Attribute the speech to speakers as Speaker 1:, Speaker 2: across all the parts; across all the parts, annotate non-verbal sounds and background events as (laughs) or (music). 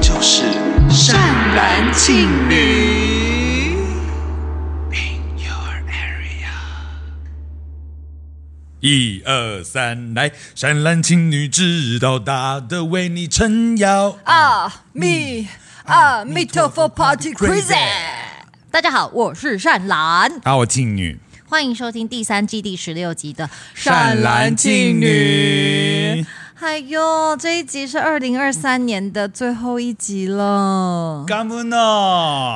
Speaker 1: 就是善男信女。In your area，
Speaker 2: 一二三，来！善男信女直到大的为你撑腰。
Speaker 3: 啊弥阿弥陀佛，Party Crazy！大家好，我是善兰，
Speaker 2: 啊，我敬女，
Speaker 3: 欢迎收听第三季第十六集的《
Speaker 2: 敬。女。
Speaker 3: 哎呦，这一集是二零二三年的最后一集了。
Speaker 2: 干不呢？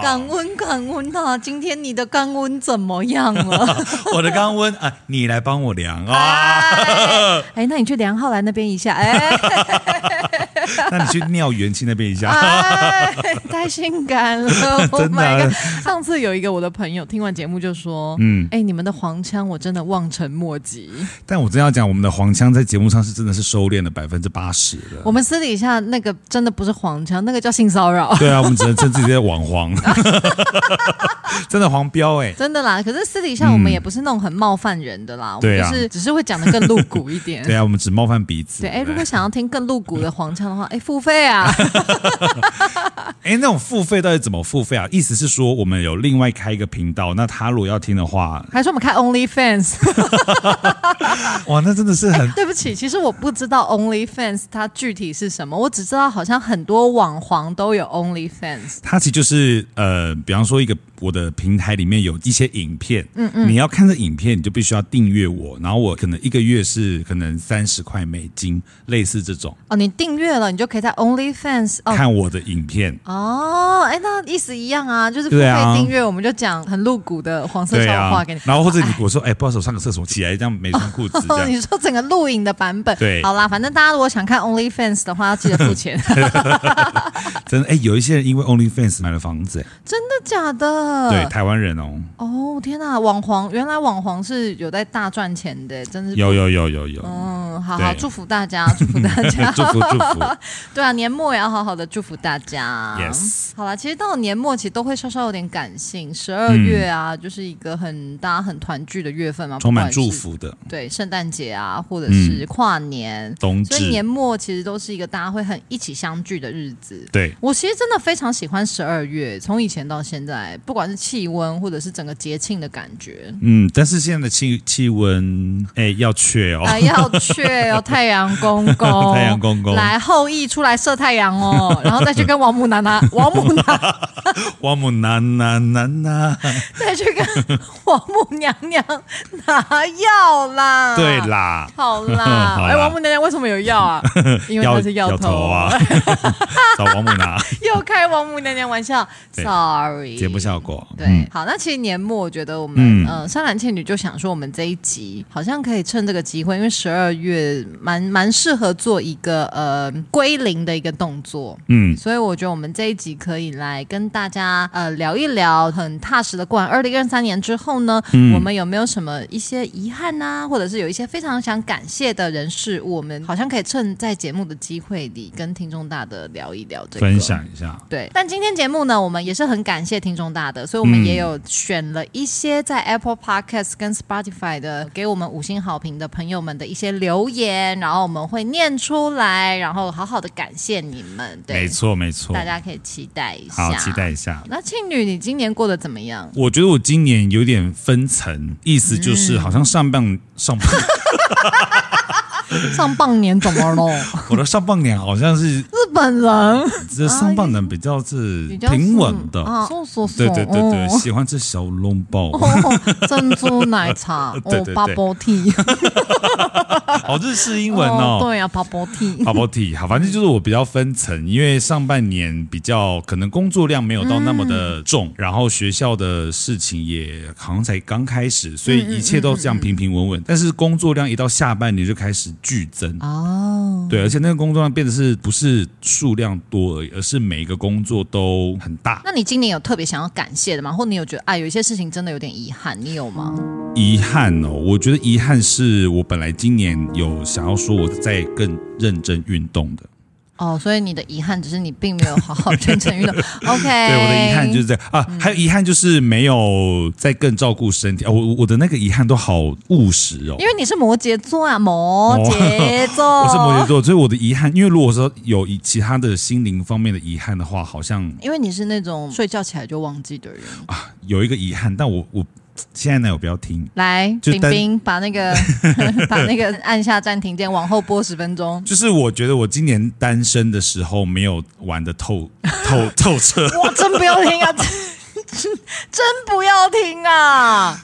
Speaker 3: 感恩感恩啊！今天你的感恩怎么样了？
Speaker 2: 我的肛温啊，你来帮我量啊
Speaker 3: 哎。 (laughs) 哎，那你去梁浩来那边一下，哎，
Speaker 2: 那你去尿元气那边一下。
Speaker 3: 哎太性
Speaker 2: (laughs)
Speaker 3: 感了
Speaker 2: 的啊
Speaker 3: ！Oh my god！上次有一个我的朋友听完节目就说：“嗯，哎，你们的黄腔我真的望尘莫及。
Speaker 2: 但我真要讲，我们的黄腔在节目上是真的是收敛了百分之八十了。
Speaker 3: 我们私底下那个真的不是黄腔，那个叫性骚扰。”
Speaker 2: 对啊，我们只能称自己在网 (laughs) 黄，真的黄标哎、
Speaker 3: 真的啦，可是私底下我们也不是那种很冒犯人的啦，我们
Speaker 2: 对
Speaker 3: 就
Speaker 2: 啊
Speaker 3: 是只是会讲的更露骨一
Speaker 2: (laughs)
Speaker 3: 点。
Speaker 2: 对啊，我们只冒犯彼此。
Speaker 3: 对，哎，
Speaker 2: 不
Speaker 3: 如果想要听更露骨的黄腔的话，哎，付
Speaker 2: (laughs)
Speaker 3: 费啊！
Speaker 2: 哎，那种付费到底怎么付费啊？意思是说我们有另外开一个频道，那他如果要听的话，
Speaker 3: 还说我们开 OnlyFans， (laughs)
Speaker 2: 哇，那真的是很。
Speaker 3: 对不起，其实我不知道 OnlyFans 它具体是什么，我只知道好像很多网黄都有 OnlyFans。
Speaker 2: 它其实就是呃，比方说一个我的平台里面有一些影片，嗯嗯，你要看这影片，你就必须要订阅我，然后我可能一个月是可能三十块美金，类似这种、
Speaker 3: 哦，你订阅了，你就可以在 OnlyFans 哦。
Speaker 2: 看我的影片，
Speaker 3: 哦，哎，那意思一样啊，就是付
Speaker 2: 对
Speaker 3: 费
Speaker 2: 啊
Speaker 3: 订阅，我们就讲很露骨的黄色
Speaker 2: 对
Speaker 3: 笑话
Speaker 2: 啊
Speaker 3: 给你。，
Speaker 2: 然后或者你
Speaker 3: (laughs) 哎
Speaker 2: 我说哎、不好意思，我上个厕所，起来这样没穿裤子这
Speaker 3: 哦，
Speaker 2: 样，
Speaker 3: 你说整个录影的版本，
Speaker 2: 对
Speaker 3: 好啦，反正大家如果想看 OnlyFans 的话，要记得
Speaker 2: (laughs)
Speaker 3: 付钱，
Speaker 2: 真的哎、有一些人因为 OnlyFans 买了房子、哎
Speaker 3: 真的假的？
Speaker 2: 对，台湾人哦，
Speaker 3: 哦天哪，网黄原来网黄是有在大赚钱的，真是
Speaker 2: 有有有有有，
Speaker 3: 嗯，好好
Speaker 2: 对
Speaker 3: 祝福大家，祝福大家，
Speaker 2: (laughs) 祝福祝
Speaker 3: (laughs)
Speaker 2: 福。
Speaker 3: 对啊，年末也要好好的祝福大家。
Speaker 2: Yes
Speaker 3: 好啦，其实到了年末其实都会稍稍有点感性，十二
Speaker 2: 嗯
Speaker 3: 月啊，就是一个很大家很团聚的月份嘛，
Speaker 2: 充满
Speaker 3: 不管
Speaker 2: 祝
Speaker 3: 是。
Speaker 2: 福的
Speaker 3: 对，圣诞节啊，或者是跨年，
Speaker 2: 冬
Speaker 3: 所以
Speaker 2: 至
Speaker 3: 年，末其实都是一个大家会很一起相聚的日子。
Speaker 2: 对，
Speaker 3: 我其实真的非常喜欢十二月，从以前到现在，不管是气温或者是整个节庆的感觉。
Speaker 2: 嗯，但是现在的气气温，哎，要缺哦，
Speaker 3: 哎，要
Speaker 2: (laughs)
Speaker 3: 去哦，太阳公公，
Speaker 2: 太阳公公
Speaker 3: 来后羿出来射太
Speaker 2: (laughs)
Speaker 3: 阳哦，然后再去跟王母娘娘，王母娘
Speaker 2: 我母男男男啊呐，
Speaker 3: 再去跟王母娘娘拿药啦，
Speaker 2: 对，啦，
Speaker 3: 好啦，
Speaker 2: (laughs) 好啦
Speaker 3: 哎，王母娘娘为什么有药
Speaker 2: (laughs)
Speaker 3: 啊？因为她是
Speaker 2: 摇
Speaker 3: 头
Speaker 2: 头啊，，找王母拿
Speaker 3: (laughs) 又开王母娘娘玩笑
Speaker 2: 对
Speaker 3: ，sorry，
Speaker 2: 节目效果，
Speaker 3: 对，
Speaker 2: 嗯
Speaker 3: 好，那其实年末我觉得我们，
Speaker 2: 嗯
Speaker 3: 嗯，呃、山岚倩女就想说，我们这一集好像可以趁这个机会，因为十二月蛮蛮适合做一个呃归零的一个动作。
Speaker 2: 嗯，
Speaker 3: 所以我觉得我们这一集可以来跟大家呃聊一聊，很踏实的过完二零二三年之后呢，
Speaker 2: 嗯
Speaker 3: 我们有没有什么一些遗憾呐、或者是有一些非常想感谢的人事物，我们好像可以趁在节目的机会里跟听众大的聊一聊这个
Speaker 2: 分享一下，
Speaker 3: 对，但今天节目呢，我们也是很感谢听众大的，所以我们也有选了一些在 Apple Podcast 跟 Spotify 的给我们五星好评的朋友们的一些留言，然后我们会念出来，然后好好的感谢你们。对，
Speaker 2: 没，错没错，
Speaker 3: 大家可以期待一下。
Speaker 2: 好期待。一下。
Speaker 3: 那庆女，你今年过得怎么样？
Speaker 2: 我觉得我今年有点分层，意思
Speaker 3: 嗯
Speaker 2: 就是好像上半上半
Speaker 3: 上半年怎么了？
Speaker 2: (laughs) 我的上半年好像是
Speaker 3: 日本人 (laughs)
Speaker 2: 这上半年比较是
Speaker 3: 哎比较
Speaker 2: 平稳的，
Speaker 3: 啊，送送送，
Speaker 2: 对对对对，
Speaker 3: 哦
Speaker 2: 喜欢吃小笼包，
Speaker 3: (laughs) 哦珍珠奶茶，哦
Speaker 2: (laughs) 对对对
Speaker 3: ，bubble tea，
Speaker 2: 好日式英文哦。
Speaker 3: 对啊，bubble tea，
Speaker 2: 泡泡体，好，反正就是我比较分层，因为上半年比较可能工作量没有到那么的重，然后学校的事情也好像才刚开始，所以一切都这样平平稳稳。但是工作量一到下半年就开始剧增，
Speaker 3: 哦。
Speaker 2: 对，而且那个工作量变得是不是数量多而已，而是每一个工作都很大。
Speaker 3: 那你今年有特别想要感谢的吗？或你有觉得哎，有一些事情真的有点遗憾，你有吗？
Speaker 2: 遗憾哦，我觉得遗憾是我本来今年有想要说我在更认真运动的。
Speaker 3: 哦，所以你的遗憾只是你并没有好好认真运
Speaker 2: (laughs)
Speaker 3: 动。OK，
Speaker 2: 对，我
Speaker 3: 哎
Speaker 2: 的遗憾就是这样啊，
Speaker 3: 嗯
Speaker 2: 还有遗憾就是没有再更照顾身体啊。我我的那个遗憾都好务实哦，
Speaker 3: 因为你是摩羯座啊，摩羯座，
Speaker 2: 哦 (laughs) 我是摩羯，
Speaker 3: 哦
Speaker 2: 座，所以我的遗憾，因为如果说有一其他的心灵方面的遗憾的话，好像
Speaker 3: 因为你是那种睡觉起来就忘记的人。
Speaker 2: 有一个遗憾，但我我现在男友不要听，
Speaker 3: 来，
Speaker 2: 就
Speaker 3: 冰
Speaker 2: 单
Speaker 3: 冰把
Speaker 2: (laughs)
Speaker 3: 那个把那个按下暂停键，往后播十分钟。
Speaker 2: 就是我觉得我今年单身的时候没有玩的透
Speaker 3: (laughs)
Speaker 2: 透透彻，
Speaker 3: (laughs) 哇，真不要听啊！真 (laughs) 真不要听啊！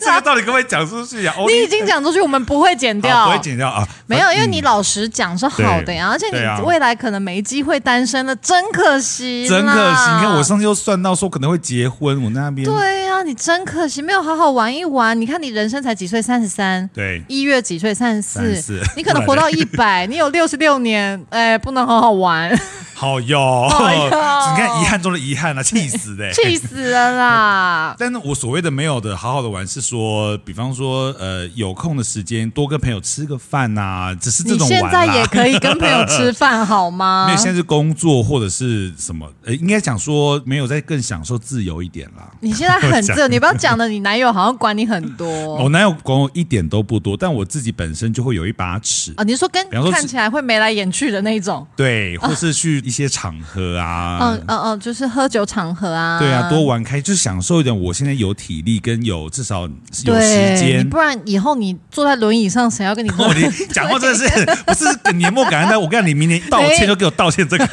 Speaker 2: 这个到底可不可以讲出去呀、啊？
Speaker 3: 你已经讲出去，我们不会剪
Speaker 2: 好
Speaker 3: 掉，
Speaker 2: 不会剪掉啊，
Speaker 3: 没有，因为你老实讲是好的呀，
Speaker 2: 对
Speaker 3: 而且
Speaker 2: 对啊
Speaker 3: 你未来可能没机会单身了，真可惜，啊
Speaker 2: 真可惜。你看我。上次又算到说可能会结婚，我那边
Speaker 3: 对呀、你真可惜，没有好好玩一玩。你看你人生才几岁，三十三，
Speaker 2: 对
Speaker 3: 一月几岁，三十四
Speaker 2: 34，
Speaker 3: 你可能活到一百，你有六十六年，哎，不能好好
Speaker 2: (laughs)
Speaker 3: 玩，
Speaker 2: 好哟，
Speaker 3: 哎呦
Speaker 2: (laughs) 你看遗憾中的遗憾啊，气死的、
Speaker 3: (laughs) 气死了啦！
Speaker 2: 但是我所谓的没有的好好的玩，是说，比方说，呃，有空的时间多跟朋友吃个饭呐、只是这
Speaker 3: 你
Speaker 2: 种玩
Speaker 3: 现
Speaker 2: 啦。
Speaker 3: 在也可以啊跟朋友吃饭好吗
Speaker 2: (laughs) 没有，？现在是工作或者是什么，呃，应该讲说没有在更享受自由一点啦。
Speaker 3: 你现在很
Speaker 2: (laughs)
Speaker 3: 自由，你不要讲的，你男友好像管你很多
Speaker 2: 我男友管我一点都不多，但我自己本身就会有一把
Speaker 3: (laughs)
Speaker 2: 尺，
Speaker 3: 啊。你说跟
Speaker 2: 比方说
Speaker 3: 看起来会眉来眼去的那种，
Speaker 2: 对，或是去一些场合啊，
Speaker 3: (laughs) 嗯嗯嗯，就是喝酒场合啊，
Speaker 2: 对啊，多玩开，就是享受一点。我现在有体力跟有至少有时
Speaker 3: 对你
Speaker 2: 间
Speaker 3: 不，然以后你坐在轮椅上，谁要 (laughs) 跟你喝
Speaker 2: (laughs) 我？你讲话
Speaker 3: (laughs)
Speaker 2: 真的是不是年末感恩的，我告诉你，明年道歉就给我道歉这个，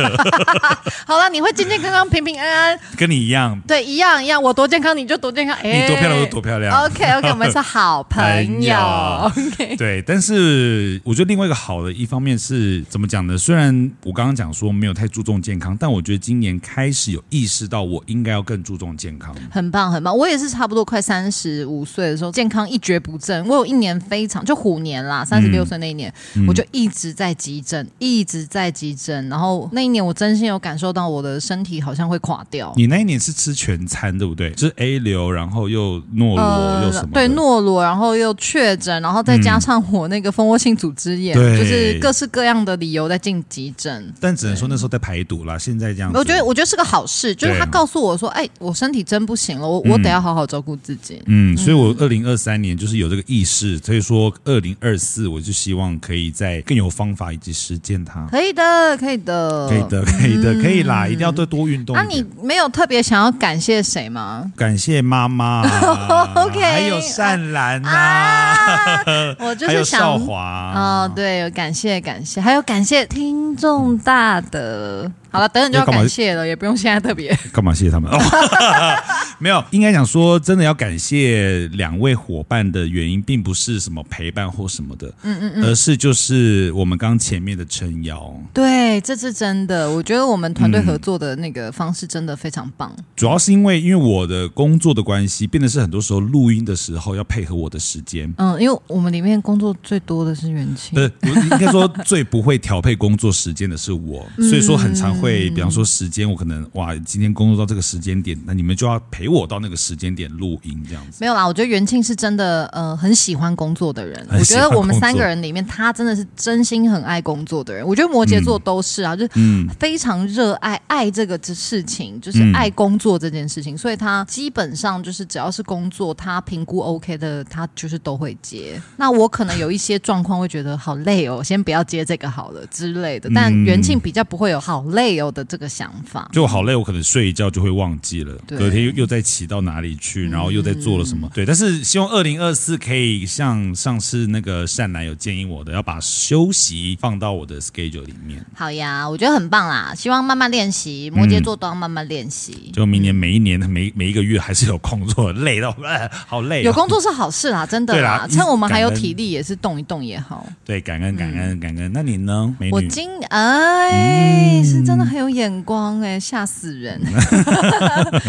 Speaker 3: 好了，你会健健康康、平平安安，
Speaker 2: (laughs) 跟你一样，
Speaker 3: 对，一样一样。我多健康，你就多健康。哎，
Speaker 2: (laughs) 你多漂亮就多漂亮哎
Speaker 3: OK OK，我们是好朋友。
Speaker 2: 朋
Speaker 3: OK，
Speaker 2: 对，但是我觉得另外一个好的一方面是怎么讲呢？虽然我刚刚讲说没有太注重健康，但我觉得今年开始有意识到我应该要更注重健康。
Speaker 3: (laughs) 很棒很棒。我也是差不多快三十五岁的时候，健康一蹶不振。我有一年非常就虎年啦，三十六岁那一年，
Speaker 2: 嗯
Speaker 3: 我就一直在急诊，一直在急诊。然后那一年我真心有感受到我的身体好像会垮掉。
Speaker 2: 你那一年是吃全餐对不对？就是 A 流，然后又诺罗、又什么的？
Speaker 3: 呃
Speaker 2: 嗯
Speaker 3: 对诺罗，然后又确诊，然后再加上我那个蜂窝性组织炎，
Speaker 2: 对
Speaker 3: 就是各式各样的理由在进急诊。
Speaker 2: 但只能说那时候在排毒啦，现在这样子，
Speaker 3: 我觉得，我觉得是个好事，就是
Speaker 2: 对啊
Speaker 3: 他告诉我说：“哎，我身体真不行了，我我得要好好照顾自己。
Speaker 2: 嗯，所以我二零二三年就是有这个意识，所以说二零二四我就希望可以再更有方法以及实践它。
Speaker 3: 可以的，可以的，
Speaker 2: 可以。的，可以的，可以啦，一定要多多运动一
Speaker 3: 那、
Speaker 2: 点。
Speaker 3: 嗯啊你没有特别想要感谢谁吗？
Speaker 2: 感谢妈妈啊
Speaker 3: (laughs) OK
Speaker 2: 还有善兰呐、
Speaker 3: 啊，我就
Speaker 2: 还
Speaker 3: 是
Speaker 2: 有
Speaker 3: 想
Speaker 2: 少华啊
Speaker 3: 哦，对，有感谢感谢，还有感谢听众大德。好了，等等就要
Speaker 2: 要干嘛
Speaker 3: 感谢了，也不用现在特别。 (laughs)
Speaker 2: 干嘛谢谢他们？哦、 (laughs) 没有，应该讲说，真的要感谢两位伙伴的原因，并不是什么陪伴或什么的，嗯嗯嗯，而是就是我们刚前面的撑腰，
Speaker 3: 对，这是真的。我觉得我们团
Speaker 2: 嗯
Speaker 3: 队合作的那个方式真的非常棒。
Speaker 2: 主要是因为因为我的工作的关系，变得是很多时候录音的时候要配合我的时间。
Speaker 3: 嗯因为我们里面工作最多的是元气
Speaker 2: 不。是，我应该说最不会调配工作时间的是我，
Speaker 3: 嗯
Speaker 2: 所以说很常会，比方说时间，我可能哇，今天工作到这个时间点，那你们就要陪我到那个时间点录音这样子。
Speaker 3: 没有啦，我觉得元庆是真的，呃，很喜欢工作的人。我
Speaker 2: 很
Speaker 3: 觉
Speaker 2: 喜
Speaker 3: 得
Speaker 2: 欢
Speaker 3: 我们
Speaker 2: 工作
Speaker 3: 三个人里面，他真的是真心很爱工作的人。我觉得摩
Speaker 2: 嗯
Speaker 3: 羯座都是啊，就是非常热爱爱这个事情，就是
Speaker 2: 嗯
Speaker 3: 爱工作这件事情。所以他基本上就是只要是工作，他评估 OK 的，他就是都会接。那我可能有一些状况会觉得好累哦，先不要接这个好了之类的。但
Speaker 2: 嗯
Speaker 3: 元庆比较不会有好累哦的这个想法。
Speaker 2: 就我好累，我可能睡一觉就会忘记了，
Speaker 3: 对嗯
Speaker 2: 隔天又又再骑到哪里去，然后又在做了什么。对，但是希望二零二四可以像上次那个善男有建议我的，要把休息放到我的 schedule 里面，
Speaker 3: 好呀，我觉得很棒啦，希望慢慢练习，摩羯座都要慢慢练习。
Speaker 2: 嗯就明年每一年每每一个月还是有工作，累到、 (laughs) 呃、好累、
Speaker 3: 有工。作是好事啦，真的
Speaker 2: 对
Speaker 3: 啦
Speaker 2: 啦，
Speaker 3: 趁我们还有
Speaker 2: 感恩
Speaker 3: 体力，也是动一动也好。
Speaker 2: 对，感恩感恩感恩。那你呢，美
Speaker 3: 嗯我
Speaker 2: 女？嗯
Speaker 3: 今哎、是真的很有眼光哎、吓死
Speaker 2: (laughs)
Speaker 3: 人！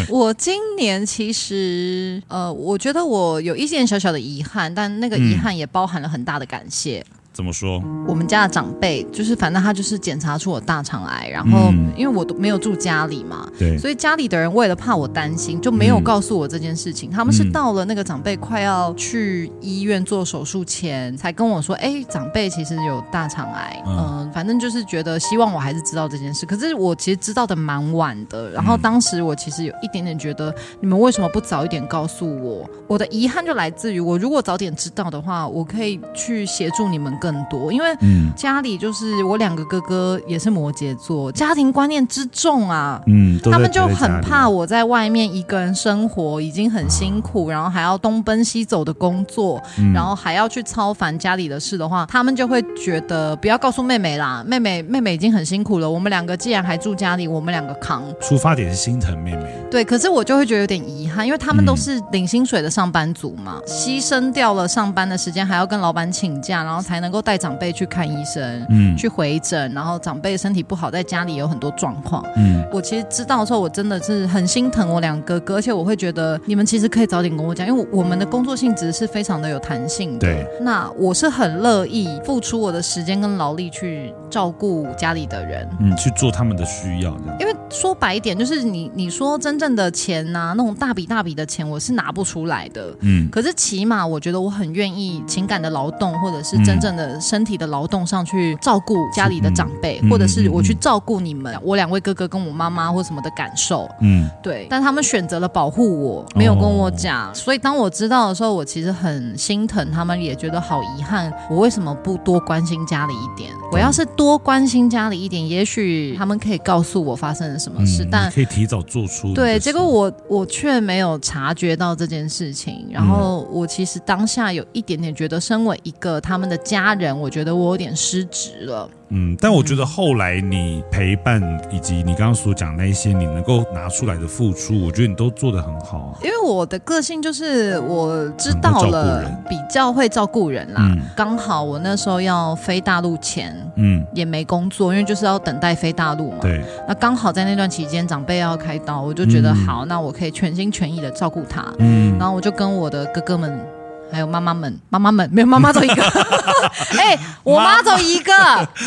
Speaker 3: 我今年其实
Speaker 2: 嗯
Speaker 3: 呃，我觉得我有一点小小的遗憾，但那个遗憾也包含了很大的感谢。
Speaker 2: 怎么说？
Speaker 3: 我们家的长辈，就是反正他就是检查出我大肠癌，然后、
Speaker 2: 嗯
Speaker 3: 因为我都没有住家里嘛，
Speaker 2: 对，嗯
Speaker 3: 所以家里的人为了怕我担心，就没有告诉我这件事情。他们是到了那个长辈快要去医院做手术前，才跟我说：“哎，长辈其实有大肠癌。
Speaker 2: 嗯
Speaker 3: 嗯、反正就是觉得希望我还是知道这件事。可是我其实知道的蛮晚的。然
Speaker 2: 嗯
Speaker 3: 后当时我其实有一点点觉得，你们为什么不早一点告诉我？我的遗憾就来自于我如果早点知道的话，我可以去协助你们更多，因为
Speaker 2: 嗯
Speaker 3: 家里就是我两个哥哥也是摩羯座，家庭观念之重啊。
Speaker 2: 嗯，都
Speaker 3: 他
Speaker 2: 在
Speaker 3: 们就
Speaker 2: 宅在家
Speaker 3: 很
Speaker 2: 里
Speaker 3: 怕我在外面一个人生活已经很辛
Speaker 2: 嗯
Speaker 3: 苦，然后还要东奔西走的工作，然后还要去操烦家里的事的话，他们就会觉得不要告诉妹妹啦，妹妹妹妹已经很辛苦了，我们两个既然还住家里，我们两个扛。
Speaker 2: 出发点是心疼妹妹，
Speaker 3: 对，可是我就会觉得有点遗憾，因为他们
Speaker 2: 嗯
Speaker 3: 都是领薪水的上班族嘛，牺牲掉了上班的时间，还要跟老板请假，然后才能够带长辈去看医生。
Speaker 2: 嗯
Speaker 3: 去回诊，然后长辈身体不好，在家里有很多状况。
Speaker 2: 嗯
Speaker 3: 我其实知道的时候，我真的是很心疼我两个哥哥，而且我会觉得你们其实可以早点跟我讲，因为我们的工作性质是非常的有弹性的。
Speaker 2: 对，
Speaker 3: 那我是很乐意付出我的时间跟劳力去照顾家里的人。
Speaker 2: 嗯，去做他们的需要，这样
Speaker 3: 因为说白一点，就是你你说真正的钱呐、那种大笔大笔的钱，我是拿不出来的。
Speaker 2: 嗯
Speaker 3: 可是起码我觉得我很愿意情感的劳动，或者是
Speaker 2: 嗯
Speaker 3: 真正的身体的劳动上去照顾家里的长辈，
Speaker 2: 嗯
Speaker 3: 或者是我去
Speaker 2: 嗯嗯
Speaker 3: 照顾你们，我两位哥哥跟我妈妈或什么的感受。
Speaker 2: 嗯
Speaker 3: 对，但他们选择了保护我，没有跟我讲，所以当我知道的时候，我其实很心疼，他们也觉得好遗憾，我为什么不多关心家里一点？我要是多关心家里一点，也许他们可以告诉我发生了什么
Speaker 2: 嗯，
Speaker 3: 事，
Speaker 2: 你
Speaker 3: 哦但
Speaker 2: 可以提早做出你的
Speaker 3: 对，
Speaker 2: 事
Speaker 3: 结果我我却没有察觉到这件事情，然后我其实当下有一点点觉得，身为一个他们的家人，我觉得我有点失职了。
Speaker 2: 嗯，但我觉得后来你陪伴以及你刚刚所讲那一些，你能够拿出来的付出，我觉得你都做得很好啊。
Speaker 3: 因为我的个性就是我知道
Speaker 2: 很会照顾
Speaker 3: 了
Speaker 2: 人，
Speaker 3: 比较会照顾人啦
Speaker 2: 嗯。
Speaker 3: 刚、好我那时候要飞大陆前
Speaker 2: 嗯，
Speaker 3: 也没工作，因为就是要等待飞大陆嘛。
Speaker 2: 对，
Speaker 3: 那刚好在那段期间，长辈要开刀，我就觉得
Speaker 2: 嗯
Speaker 3: 好，那我可以全心全意的照顾他。
Speaker 2: 嗯，
Speaker 3: 然后我就跟我的哥哥们，还有妈妈们，妈妈们没有妈妈
Speaker 2: (laughs)
Speaker 3: 走一个，哎、我妈走一个，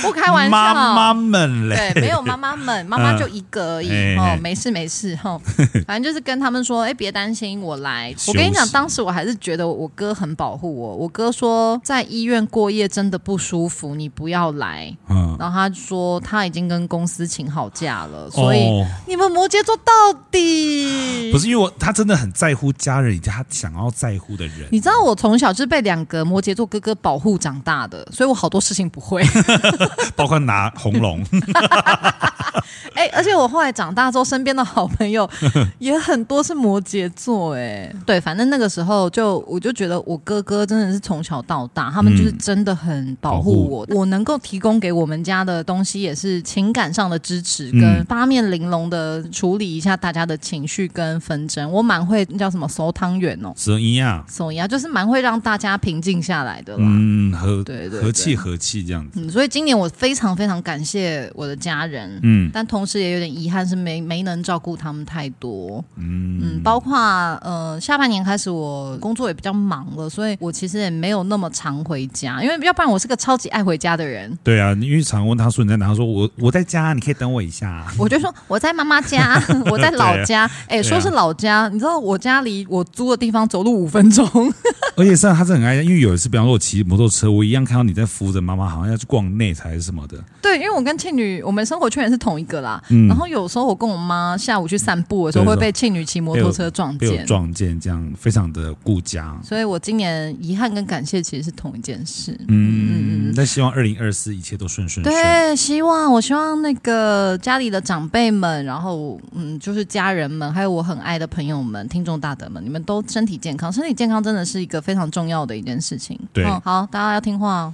Speaker 3: 不开玩笑。
Speaker 2: 妈妈们嘞，
Speaker 3: 对，没有妈妈们，妈妈就一个而已、
Speaker 2: 嗯嘿
Speaker 3: 哦
Speaker 2: 嘿，
Speaker 3: 没事没事
Speaker 2: (laughs)
Speaker 3: 哈、哦，反正就是跟他们说，哎，别担心，我来。
Speaker 2: 休息
Speaker 3: 我跟你讲，当时我还是觉得我哥很保护我，我哥说在医院过夜真的不舒服，你不要来。
Speaker 2: 嗯，
Speaker 3: 然后他说他已经跟公司请好假了，所以、
Speaker 2: 哦
Speaker 3: 你们摩羯座到底
Speaker 2: 不是因为我他真的很在乎家人以及他想要在乎的人，
Speaker 3: 你知道我从小就是被两个摩羯座哥哥保护长大的，所以我好多事情不会。
Speaker 2: (laughs) 包括拿红
Speaker 3: (laughs)
Speaker 2: 龙，
Speaker 3: 哎、而且我后来长大之后，身边的好朋 (laughs) 友也很多是摩羯座、哎，对，反正那个时候就我就觉得我哥哥真的是从小到大，他们就是真的很嗯保护我，我能够提供给我们家的东西也是情感上的支持，跟
Speaker 2: 嗯
Speaker 3: 八面玲珑的处理一下大家的情绪跟纷争。我蛮会那叫什么熟汤圆哦，
Speaker 2: 怎么样？
Speaker 3: 手呀，就是蛮会让大家平静下来的啦。
Speaker 2: 嗯，和
Speaker 3: 对对对
Speaker 2: 和气和气这样子，
Speaker 3: 嗯，所以今年我非常非常感谢我的家人，
Speaker 2: 嗯
Speaker 3: 但同时也有点遗憾是没没能照顾他们太多。
Speaker 2: 嗯
Speaker 3: 嗯，包括呃下半年开始我工作也比较忙了，所以我其实也没有那么常回家，因为要不然我是个超级爱回家的人，
Speaker 2: 对啊，因为常问他说你在哪，他说我我在家，你可以等我一下啊。 (laughs)
Speaker 3: 我就说我在妈妈家，我在老家。哎、
Speaker 2: 对啊
Speaker 3: 说是老家，你知道我家离我租的地方走路五分钟。 (laughs)
Speaker 2: 而且上他是很爱，因为有一次，比方说我骑摩托车，我一样看到你在扶着妈妈，好像要去逛内才是什么的。
Speaker 3: 对，因为我跟庆女，我们生活圈也是同一个啦。
Speaker 2: 嗯
Speaker 3: 然后有时候我跟我妈下午去散步的时候，
Speaker 2: 对
Speaker 3: 会被庆女骑摩托车撞
Speaker 2: 被我
Speaker 3: 见。
Speaker 2: 撞见，这样非常的顾家。
Speaker 3: 所以我今年遗憾跟感谢其实是同一件事。
Speaker 2: 嗯，但希望二零二四一切都顺顺顺。
Speaker 3: 对，希望我希望那个家里的长辈们，然后嗯，就是家人们，还有我很爱的朋友们、听众大德们，你们都身体健康。身体健康真的是一个非常重要的一件事情。
Speaker 2: 对
Speaker 3: 嗯好，大家要听话哦。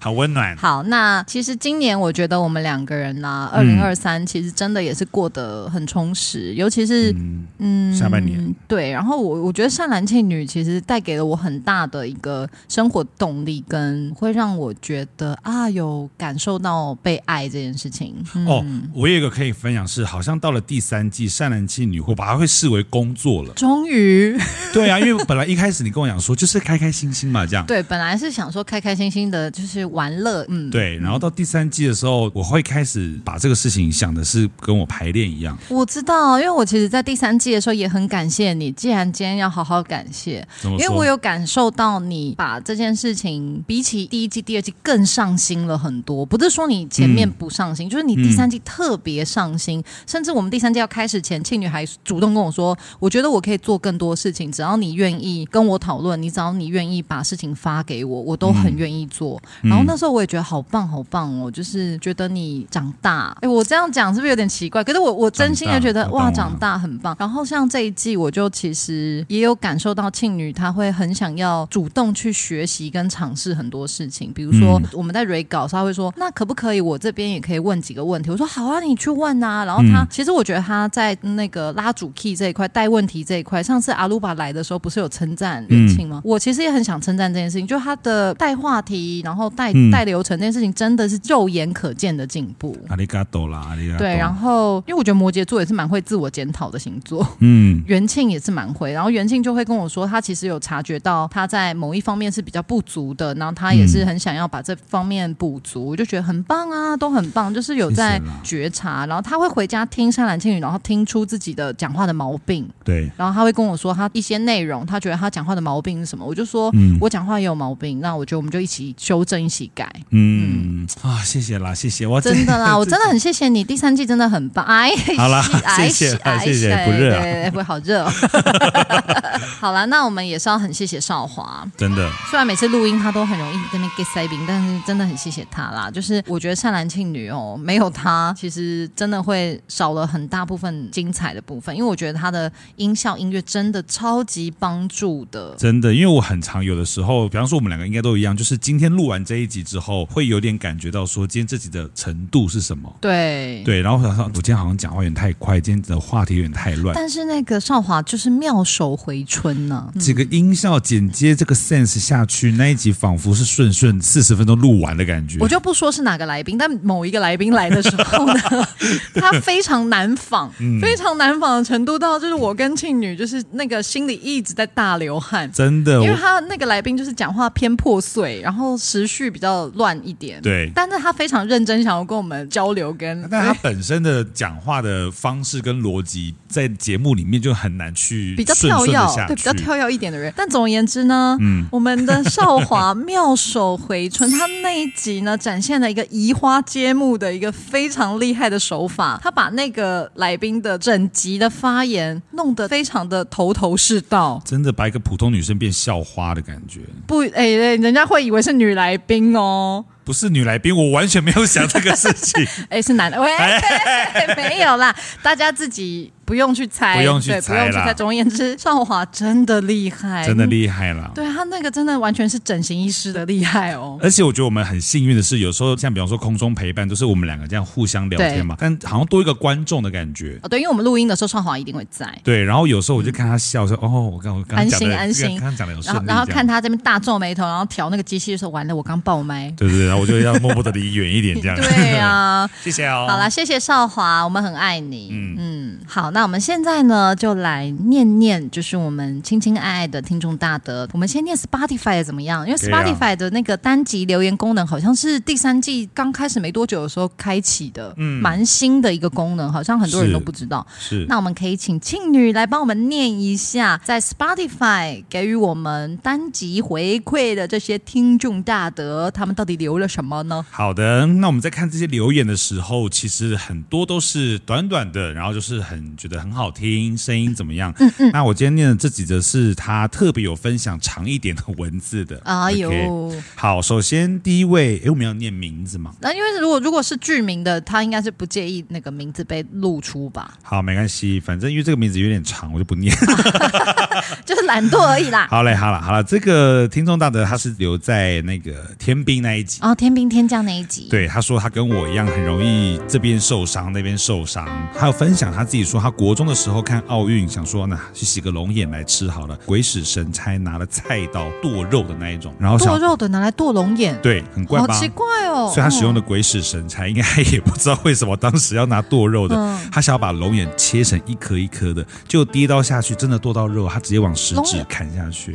Speaker 2: 好温暖。
Speaker 3: 好，那其实今年我觉得我们两个人呢、2二零二三其实真的也是过得很充实，尤其是
Speaker 2: 嗯，
Speaker 3: 嗯，
Speaker 2: 下半年
Speaker 3: 对。然后我我觉得善男信女其实带给了我很大的一个生活动力，跟会让我觉得啊有感受到被爱这件事情。嗯、。
Speaker 2: 哦，我有一个可以分享是，好像到了第三季，善男信女会把它会视为工作了
Speaker 3: 终于， (laughs)
Speaker 2: 对啊，因为本来一开始你跟我讲说，就是开开心心嘛，这样。
Speaker 3: (laughs) 对，本来是想说开开心心的，就是玩乐，嗯，
Speaker 2: 对，然后到第三季的时候，我会开始把这个事情想的是跟我排练一样，
Speaker 3: 我知道，因为我其实，在第三季的时候也很感谢你。既然今天要好好感谢，
Speaker 2: 怎么
Speaker 3: 因
Speaker 2: 说
Speaker 3: 为我有感受到你把这件事情比起第一季、第二季更上心了很多。不是说你前面不上
Speaker 2: 嗯
Speaker 3: 心，就是你第三季特别上心。甚至我们第三季要开始前，庆女还主动跟我说：“我觉得我可以做更多事情，只要你愿意跟我讨论，你只要你愿意把事情发给我，我都很愿意做。
Speaker 2: 嗯
Speaker 3: 然后那时候我也觉得好棒好棒哦，就是觉得你长大。哎，我这样讲是不是有点奇怪？可是我我真心的觉得
Speaker 2: 长大
Speaker 3: 哇，
Speaker 2: 我懂啊
Speaker 3: 长大很棒。然后像这一季，我就其实也有感受到庆女她会很想要主动去学习跟尝试很多事情，比如说我们在 re 稿，她会说那可不可以我这边也可以问几个问题？我说好啊，你去问啊。然后她、其实我觉得她在那个拉主 key 这一块带问题这一块，上次阿鲁巴来的时候不是有称赞元庆吗？我其实也很想称赞这件事情，就她的带话题，然后带
Speaker 2: 嗯
Speaker 3: 带流程这件事情，真的是肉眼可见的进步。
Speaker 2: 阿里嘎多啦，阿里嘎多。
Speaker 3: 对，然后因为我觉得摩羯座也是蛮会自我检讨的星座，
Speaker 2: 嗯，
Speaker 3: 元庆也是蛮会，然后元庆就会跟我说，他其实有察觉到他在某一方面是比较不足的，然后他也是很想要把这方面补足，我就觉得很棒啊，都很棒，就是有在
Speaker 2: 谢谢啦
Speaker 3: 觉察，然后他会回家听山兰庆语，然后听出自己的讲话的毛病，
Speaker 2: 对，
Speaker 3: 然后他会跟我说他一些内容，他觉得他讲话的毛病是什么，我就说、
Speaker 2: 嗯
Speaker 3: 我讲话也有毛病，那我觉得我们就一起修正，一起改，
Speaker 2: 嗯啊，谢谢啦，谢谢，我
Speaker 3: 真
Speaker 2: (laughs)
Speaker 3: 的啦，我真的很谢谢你，第三季真的很棒。哎，
Speaker 2: 好啦
Speaker 3: (laughs) 是哎
Speaker 2: 谢谢
Speaker 3: 是
Speaker 2: 啦
Speaker 3: 哎
Speaker 2: 谢谢
Speaker 3: 是
Speaker 2: 不热啊
Speaker 3: 对对对不会好热、哦。 (laughs) 好啦，那我们也是要很谢谢少华。
Speaker 2: 真的
Speaker 3: 虽然每次录音他都很容易在那边 get 塞宾，但是真的很谢谢他啦。就是我觉得善男信女哦，没有他，其实真的会少了很大部分精彩的部分。因为我觉得他的音效音乐真的超级帮助的。
Speaker 2: 真的，因为我很常有的时候，比方说我们两个应该都一样，就是今天录完这一集之后，会有点感觉到说今天这集的程度是什么。
Speaker 3: 对，
Speaker 2: 对，然后我想说，我今天好像讲话有点太快，今天的话题有点太乱。
Speaker 3: 但是那个少华就是妙手回春呢、
Speaker 2: 这个音效剪接这个 sense 下去，那一集仿佛是顺顺四十分钟录完的感觉。
Speaker 3: 我就不说是哪个来宾，但某一个来宾来的时候
Speaker 2: (laughs)
Speaker 3: 呢，他非常难仿，
Speaker 2: 嗯
Speaker 3: 非常难仿的程度到就是我跟庆女就是那个心里一直在大流汗，
Speaker 2: 真的，
Speaker 3: 因为
Speaker 2: 我
Speaker 3: 他那个来宾就是讲话偏破碎，然后时序比较乱一点，
Speaker 2: 对
Speaker 3: 但是他非常认真想要跟我们交流跟。
Speaker 2: 但他本身的讲话的方式跟逻辑，在节目里面就很难去
Speaker 3: 比较
Speaker 2: 顺
Speaker 3: 跳
Speaker 2: 顺
Speaker 3: 跃
Speaker 2: 地下，
Speaker 3: 对，比较
Speaker 2: 去嗯
Speaker 3: 跳跃一点的人。但总而言之呢，我们的少华 (laughs) 妙手回春，他那一集呢，展现了一个移花接木的一个非常厉害的手法，他把那个来宾的整集的发言弄得非常的头头是道。
Speaker 2: 真的把一个普通女生变校花的感觉。
Speaker 3: 不，哎、哎人家会以为是女来宾哦，
Speaker 2: 不是女来宾，我完全没有想这个事
Speaker 3: (laughs)
Speaker 2: 情。
Speaker 3: 哎、是男
Speaker 2: (laughs)
Speaker 3: 的，喂，没有啦，大家自己不用去猜，
Speaker 2: 不用去
Speaker 3: 对
Speaker 2: 猜
Speaker 3: 不用去
Speaker 2: 啦
Speaker 3: 猜。总而言之，少华真的厉害，
Speaker 2: 真的厉害啦。
Speaker 3: 对他那个真的完全是整形医师的厉害哦。
Speaker 2: 而且我觉得我们很幸运的是，有时候像比方说空中陪伴，都是我们两个这样互相聊天嘛，但好像多一个观众的感觉。
Speaker 3: (laughs) 哦，对，因为我们录音的时候，少华一定会在。
Speaker 2: 对，然后有时候我就看他笑，我说哦，我刚我刚刚
Speaker 3: 安
Speaker 2: 讲
Speaker 3: 心
Speaker 2: 的，
Speaker 3: 嗯安心，
Speaker 2: 刚刚讲的有顺
Speaker 3: 然
Speaker 2: 利
Speaker 3: 后然后
Speaker 2: 这样
Speaker 3: 看他这边大皱眉头，然后调那个机器的时候，完了，我刚
Speaker 2: (laughs)
Speaker 3: 爆麦。
Speaker 2: 对对对，然后我就要默默的离远一点这样。
Speaker 3: (laughs) 对呀、啊，
Speaker 2: (laughs) 谢谢哦。
Speaker 3: 好啦，，谢谢少华，我们很爱你。嗯好，那我们现在呢，就来念念，就是我们亲亲爱爱的听众大德。我们先念 Spotify 的怎么样？因为
Speaker 2: 可以啊
Speaker 3: Spotify 的那个单集留言功能好像是第三季刚开始没多久的时候开启的，嗯，蛮新的一个功能，好像很多人
Speaker 2: 是
Speaker 3: 都不知道。
Speaker 2: 是
Speaker 3: 那我们可以请庆女来帮我们念一下，在 Spotify 给予我们单集回馈的这些听众大德，他们到底留了什么呢？
Speaker 2: 好的。那我们在看这些留言的时候，其实很多都是短短的，然后就是很觉得很好听，声音怎么样？嗯嗯。那我今天念的这几则是他特别有分享长一点的文字的。
Speaker 3: 哎呦
Speaker 2: OK 好，首先第一位，诶，我们要念名字吗？
Speaker 3: 那因为如果如果是剧名的，他应该是不介意那个名字被露出吧， (laughs)
Speaker 2: 好，没关系，反正因为这个名字有点长，我就不念。 (laughs)
Speaker 3: 就是懒惰而已啦。
Speaker 2: 好嘞，好了，好了，这个听众大德他是留在那个天兵那一集
Speaker 3: 啊天兵天将那一集，
Speaker 2: 对，他说他跟我一样很容易这边受伤那边受伤，还有分享他自己说他国中的时候看奥运，想说那去洗个龙眼来吃好了，鬼使神差拿了菜刀剁肉的那一种，然后想
Speaker 3: 剁肉的拿来剁龙眼，
Speaker 2: 对，很怪
Speaker 3: 好
Speaker 2: 吧？
Speaker 3: 奇怪哦。
Speaker 2: 所以他使用
Speaker 3: 的
Speaker 2: 的鬼使神差，应该也不知道为什么当时要拿剁肉的，
Speaker 3: 嗯
Speaker 2: 他想要把龙眼切成一颗一颗的，就第一刀下去真的剁到肉，他直接往食
Speaker 3: 龙
Speaker 2: 指
Speaker 3: 眼
Speaker 2: 砍下去。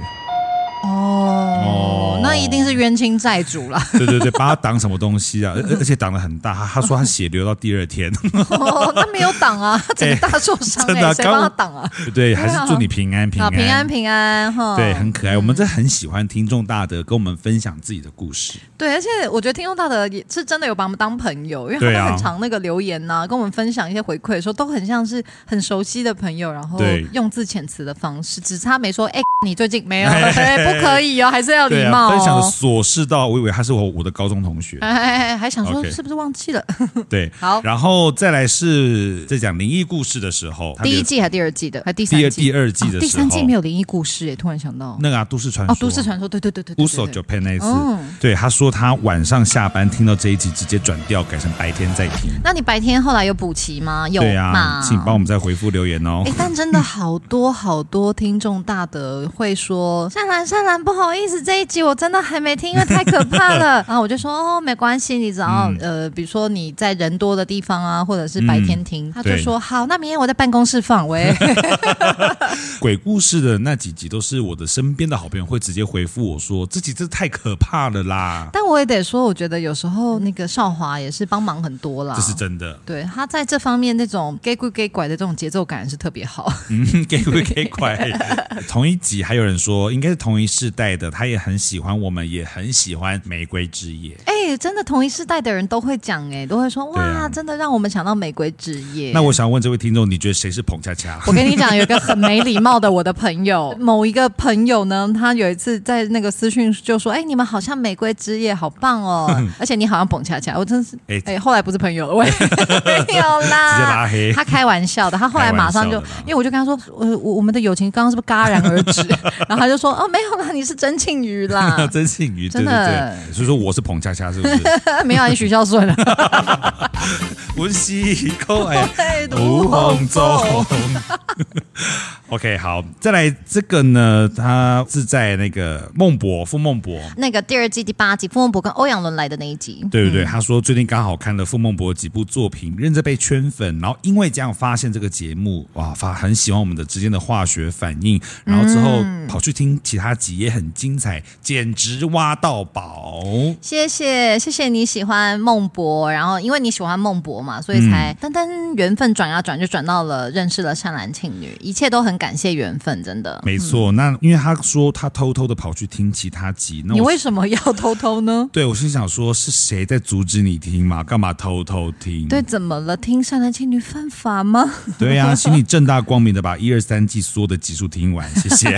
Speaker 3: 哦
Speaker 2: 哦，
Speaker 3: 那一定是冤亲债主
Speaker 2: (laughs)
Speaker 3: 啦。
Speaker 2: 对对对，把他挡什么东西
Speaker 3: (laughs)
Speaker 2: 啊？而而而且挡得很大，他他说他血流到第二天。
Speaker 3: 哦，那没有挡啊，他整个大受伤
Speaker 2: 真的啊
Speaker 3: 哎，谁帮
Speaker 2: 刚
Speaker 3: 他挡啊？
Speaker 2: 对，还是祝你平安平
Speaker 3: 啊，
Speaker 2: 安
Speaker 3: 平安平安嗯哈。
Speaker 2: 对，很可爱。我们这很喜欢听众大德跟我们分享自己的故事。
Speaker 3: 对，而且我觉得听众大德也是真的有把我们当朋友，因为他
Speaker 2: 对啊
Speaker 3: 们很常那个留言呐、跟我们分享一些回馈的时候，都很像是很熟悉的朋友，然后
Speaker 2: 对
Speaker 3: 用字遣词的方式，只差没说哎、 (laughs) 你最近
Speaker 2: (laughs)
Speaker 3: 没有，对，不可以哦，还是要礼
Speaker 2: 对啊，
Speaker 3: 貌、哦
Speaker 2: 分享的琐事到我以为他是我我的高中同学。
Speaker 3: 哎哎哎，还想说
Speaker 2: OK
Speaker 3: 是不是忘记了？
Speaker 2: 对，
Speaker 3: 好
Speaker 2: 然后再来是在讲灵异故事的时候，他
Speaker 3: 第一
Speaker 2: 的
Speaker 3: 季还是第二季的，还是第三
Speaker 2: 第
Speaker 3: 季？
Speaker 2: 二第二季
Speaker 3: 哦
Speaker 2: 的时候，
Speaker 3: 第三季没有灵异故事耶，突然想到
Speaker 2: 那个啊，都市传说，
Speaker 3: 哦，都市传说，对对对对对
Speaker 2: 乌
Speaker 3: 对
Speaker 2: 索
Speaker 3: 对
Speaker 2: Japan 那一次，
Speaker 3: 嗯
Speaker 2: 对他说他晚上下班听到这一集，直接转调改成白天再听。
Speaker 3: 那你白天后来有补齐吗？有
Speaker 2: 对
Speaker 3: 嘛？
Speaker 2: 啊，请帮我们再回复留言哦
Speaker 3: 哎、。但真的好多好多听众大德会说，善兰善兰，不好意思，这一集我真的还没听，因为太可怕 (laughs) 了。然后我就说哦，没关系，你只要、呃，比如说你在人多的地方啊，或者是白天听，他就
Speaker 2: 对
Speaker 3: 说好，那明天我在办公室放 (laughs) 喂。
Speaker 2: 鬼故事的那几集都是我的身边的好朋友会直接回复我说，这集真的太可怕了啦，
Speaker 3: 但我也得说，我觉得有时候那个少华也是帮忙很多啦
Speaker 2: 这。是真的。
Speaker 3: 对他在这方面那种 gay 鬼 gay 拐的这种节奏感是特别好，
Speaker 2: 嗯，给不给快？
Speaker 3: (laughs)
Speaker 2: 同一集还有人说，应该是同一世代的，他也很喜欢我们，也很喜欢《玫瑰之夜》。
Speaker 3: 哎、真的同一世代的人都会讲、哎，都会说哇，
Speaker 2: 对啊
Speaker 3: 真的让我们想到玫瑰之夜。
Speaker 2: 那我想问这位听众，你觉得谁是彭恰恰？
Speaker 3: (laughs) 我跟你讲，有一个很没礼貌的我的朋友， (laughs) 某一个朋友呢，他有一次在那个私讯就说：“哎、你们好像玫瑰之夜，好棒哦，而且你好像捧恰恰。”我真是 (laughs) 哎
Speaker 2: 哎、
Speaker 3: 后来不是朋友了， (laughs) 喂，没有啦，
Speaker 2: 直接拉黑
Speaker 3: 他开玩笑的，他后来马上就
Speaker 2: 开玩笑的啦，，
Speaker 3: 因为我就跟他说：“呃，我我们的友情刚刚是不是戛然而 (laughs) 止？”然后他就说：“哦，没有啦，你是真庆余
Speaker 2: (laughs)
Speaker 3: 啦 (laughs)
Speaker 2: 真信鱼，对
Speaker 3: 真
Speaker 2: 对
Speaker 3: 的
Speaker 2: 对，所以说我是彭恰恰，是不是？
Speaker 3: 没有啊，你许孝顺了。 (laughs)
Speaker 2: 温西扣哎
Speaker 3: 对，
Speaker 2: 吴红宗。OK，好，再来这个呢，他是在那个孟博傅孟博。”
Speaker 3: (laughs) 那个第二季第八集，傅孟博跟欧阳伦来的那一集，
Speaker 2: 对对对，他说最近刚好看了傅孟博几部作品，认真被圈粉，然后因为这样发现这个节目，哇，发很喜欢我们的之间的化学反应，然后之后跑去听其他集也很精彩，简直挖到宝。
Speaker 3: 谢谢谢谢你喜欢孟博，然后因为你喜欢孟博嘛，所以才
Speaker 2: 嗯
Speaker 3: 单单缘分转啊转就转到了认识了善兰庆女，一切都很感谢缘分，真的。
Speaker 2: 没错，那因为他说他偷偷的跑去听其他集，那
Speaker 3: 你
Speaker 2: 我嗯
Speaker 3: 为什么要偷偷呢？
Speaker 2: 对我心想说是谁在阻止你听嘛？干嘛偷偷听？
Speaker 3: 对，怎么了？听善男信女犯法吗？
Speaker 2: 对
Speaker 3: (laughs)
Speaker 2: 呀、请你正大光明的把一二三季所有的集数听完，谢
Speaker 3: (laughs)
Speaker 2: 谢。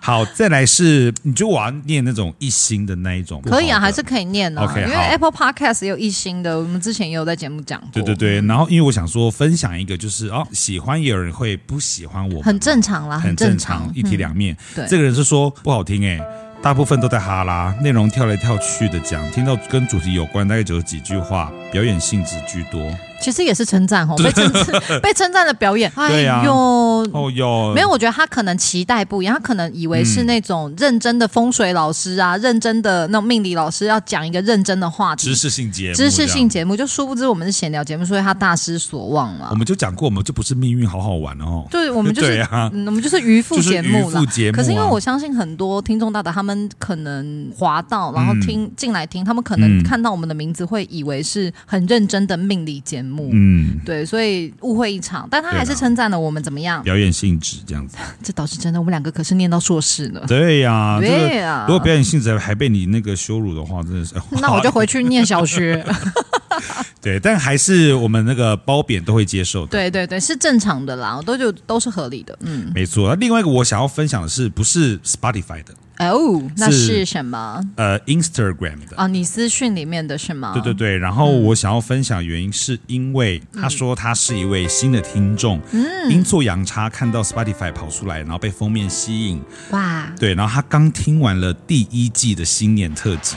Speaker 2: 好，再来是，你觉得我要念那种一星的那一种？
Speaker 3: 可以
Speaker 2: 不
Speaker 3: 啊，
Speaker 2: 好
Speaker 3: 还
Speaker 2: 的
Speaker 3: 是可以念啊
Speaker 2: OK，
Speaker 3: 因为
Speaker 2: 好
Speaker 3: Apple Podcast 也有一星的，我们之前也有在节目讲过，
Speaker 2: 对对，对。然后，因为我想说分享一个，就是哦，喜欢也有人会不喜欢我们，
Speaker 3: 很正常啦，
Speaker 2: 很
Speaker 3: 正
Speaker 2: 正常，一体两面。
Speaker 3: 对
Speaker 2: 这个人是说不好听哎、大部分都在哈拉，内容跳来跳去的讲，听到跟主题有关，大概只有几句话，表演性质居多。
Speaker 3: 其实也是称赞哦，被
Speaker 2: (laughs)
Speaker 3: 称赞被称赞的表演，哎
Speaker 2: 对啊
Speaker 3: 呦，
Speaker 2: 哦哟，
Speaker 3: 没有，我觉得他可能期待不一样，他可能以为
Speaker 2: 嗯
Speaker 3: 是那种认真的风水老师啊，认真的那种命理老师要讲一个认真的话题
Speaker 2: 知，识性节目，
Speaker 3: 知识性
Speaker 2: 节。
Speaker 3: 节目，就殊不知我们是闲聊节目，所以他大失所望
Speaker 2: 我
Speaker 3: 了。
Speaker 2: 们就讲过，我们就不是命运好好玩哦。
Speaker 3: 对，我们就
Speaker 2: 对
Speaker 3: 是、
Speaker 2: 啊
Speaker 3: 嗯我们就是渔夫
Speaker 2: 就是
Speaker 3: 节目
Speaker 2: 渔
Speaker 3: 啦。
Speaker 2: 夫节目啊
Speaker 3: 可是因为我相信很多听众大大他们可能滑到，然后听、进来听，他们可能
Speaker 2: 嗯
Speaker 3: 看到我们的名字会以为是很认真的命理节目，
Speaker 2: 嗯，
Speaker 3: 对，所以误会一场。但他还是
Speaker 2: 对啊啦
Speaker 3: 称赞了我们怎么样？
Speaker 2: 表演性质这
Speaker 3: (laughs)
Speaker 2: 样子。
Speaker 3: 这倒是真的，我们两个可是念到硕士呢。
Speaker 2: 对呀、这个
Speaker 3: 对啊
Speaker 2: 如果表演性质还被你那个羞辱的话，真的
Speaker 3: (laughs)
Speaker 2: 是。哦
Speaker 3: 那我就回去念小学。 (laughs)
Speaker 2: 对，但还是我们那个褒贬都会接受的。
Speaker 3: 对对对，是正常的啦，都就都是合理的。嗯，
Speaker 2: 没错，那另外一个我想要分享的是，不是 Spotify 的，
Speaker 3: 哦，那是
Speaker 2: 是
Speaker 3: 什么？
Speaker 2: 呃，Instagram 的。
Speaker 3: 啊，你嗯私讯里面的是吗？
Speaker 2: 对对对，然后我想要分享原因是因为他说他是一位新的听众，
Speaker 3: 嗯
Speaker 2: 阴错阳差看到 Spotify 跑出来，然后被封面吸引，
Speaker 3: 哇，
Speaker 2: 对，然后他刚听完了第一季的新年特辑，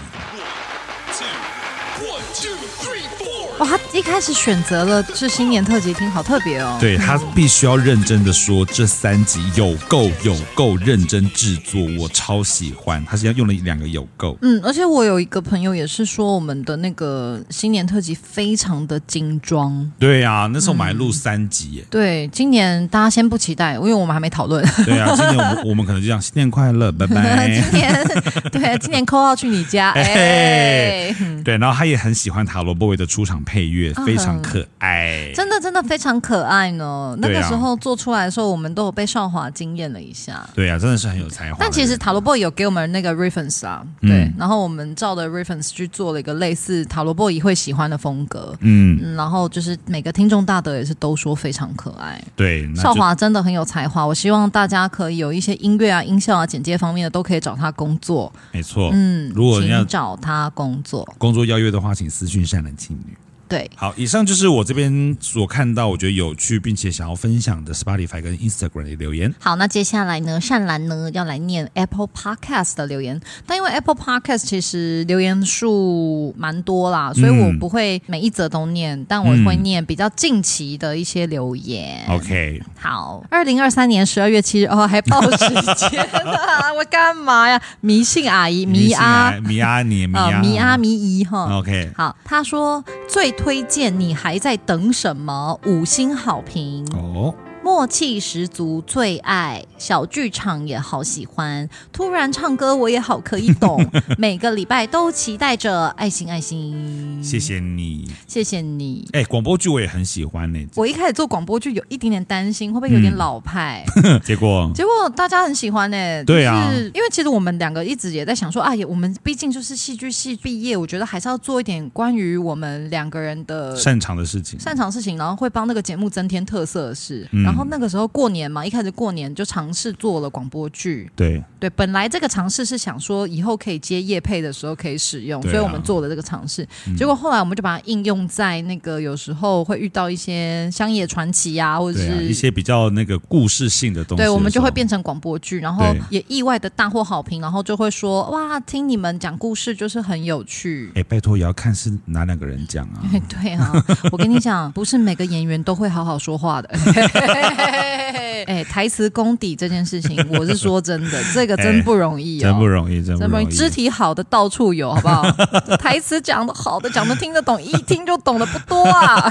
Speaker 3: 哇，他一开始选择了是新年特辑听，好特别哦。
Speaker 2: 对他必须要认真的说，这三集有够有够认真制作，我超喜欢。他是要用了两个有够，
Speaker 3: 嗯，而且我有一个朋友也是说，我们的那个新年特辑非常的精装。
Speaker 2: 对啊，那时候买录三集耶。
Speaker 3: 对，今年大家先不期待，因为我们还没讨论。
Speaker 2: 对啊，今年我们我们可能就这样，新年快乐，拜拜。
Speaker 3: (laughs) 今年对，今年扣号去你
Speaker 2: (laughs)
Speaker 3: 家，哎、
Speaker 2: 哎对，然后他也很喜欢塔罗波维的出场配乐，非常可爱。
Speaker 3: 真的真的非常可爱呢。那
Speaker 2: 对
Speaker 3: 个
Speaker 2: 啊
Speaker 3: 时候做出来的时候，我们都有被少华惊艳了一下。
Speaker 2: 对啊，真的是很有才华的人。
Speaker 3: 但其实塔罗 boy 有给我们那个 reference 啊，
Speaker 2: 嗯
Speaker 3: 对，然后我们照的 reference 去做了一个类似塔罗 boy 会喜欢的风格，
Speaker 2: 嗯，
Speaker 3: 嗯，然后就是每个听众大德也是都说非常可爱，
Speaker 2: 对，那就
Speaker 3: 少华真的很有才华，我希望大家可以有一些音乐啊、音效啊、剪接方面的都可以找他工作，
Speaker 2: 没错。嗯，如果你要
Speaker 3: 请找他工作，
Speaker 2: 工作邀约的话，请私讯善男信女。
Speaker 3: 对，
Speaker 2: 好，以上就是我这边所看到我觉得有趣并且想要分享的 Spotify 跟 Instagram 的留言。
Speaker 3: 好，那接下来呢，善兰呢要来念 Apple Podcast 的留言，但因为 Apple Podcast 其实留言数蛮多啦，所以我不会每一则都念，但我会念比较近期的一些留言。
Speaker 2: OK，
Speaker 3: 好，二零二三年十二月七日，哦，还报时间 (laughs) 啊，我干嘛呀？迷信阿姨，迷阿
Speaker 2: 信。米阿你米
Speaker 3: 啊，
Speaker 2: 阿
Speaker 3: 迷阿迷姨哈
Speaker 2: OK
Speaker 3: 好，他说最推荐你还在等什么？五星好评
Speaker 2: 哦，
Speaker 3: 默契十足，最爱小剧场也好喜欢，突然唱歌我也好可以
Speaker 2: (laughs)
Speaker 3: 懂，每个礼拜都期待着，爱心爱心，
Speaker 2: 谢谢你。
Speaker 3: 谢谢你。
Speaker 2: 哎、广播剧我也很喜欢呢、
Speaker 3: 我一开始做广播剧有一点点担心，会不会
Speaker 2: 嗯
Speaker 3: 有点老派？ (laughs)
Speaker 2: (laughs) 结果
Speaker 3: 结果大家很喜欢呢、欸。
Speaker 2: 对啊
Speaker 3: 就是因为其实我们两个一直也在想说，啊，也我们毕竟就是戏剧系毕业，我觉得还是要做一点关于我们两个人的
Speaker 2: 擅长的事情，
Speaker 3: 擅长事情，然后会帮那个节目增添特色的事。
Speaker 2: 嗯
Speaker 3: 然后那个时候过年嘛，一开始过年就尝试做了广播剧。
Speaker 2: 对
Speaker 3: 对，本来这个尝试是想说以后可以接业配的时候可以使用，
Speaker 2: 对啊嗯
Speaker 3: 所以我们做了这个尝试。结果后来我们就把它应用在那个有时候会遇到一些乡野传奇啊，或者
Speaker 2: 对啊，一
Speaker 3: 是。
Speaker 2: 些比较那个故事性的东西的时
Speaker 3: 对，
Speaker 2: 候，
Speaker 3: 我们就会变成广播剧，然后
Speaker 2: 对
Speaker 3: 也意外的大获好评，然后就会说哇，听你们讲故事就是很有趣
Speaker 2: 哎、。拜托也要看是哪两个人讲
Speaker 3: (laughs)
Speaker 2: 啊。
Speaker 3: 对啊，我跟你讲，不是每个演员都会好好说
Speaker 2: (laughs)
Speaker 3: 话的。哎，台词功底这件事情，我是说真
Speaker 2: (laughs)
Speaker 3: 的，这个真不容易哦，
Speaker 2: 哎真不容易，真
Speaker 3: 真
Speaker 2: 不容易。
Speaker 3: 肢体好的到处有，好
Speaker 2: (laughs)
Speaker 3: 不好？台词讲的好的，讲的听得懂，一听就懂的不多
Speaker 2: (laughs)
Speaker 3: 啊。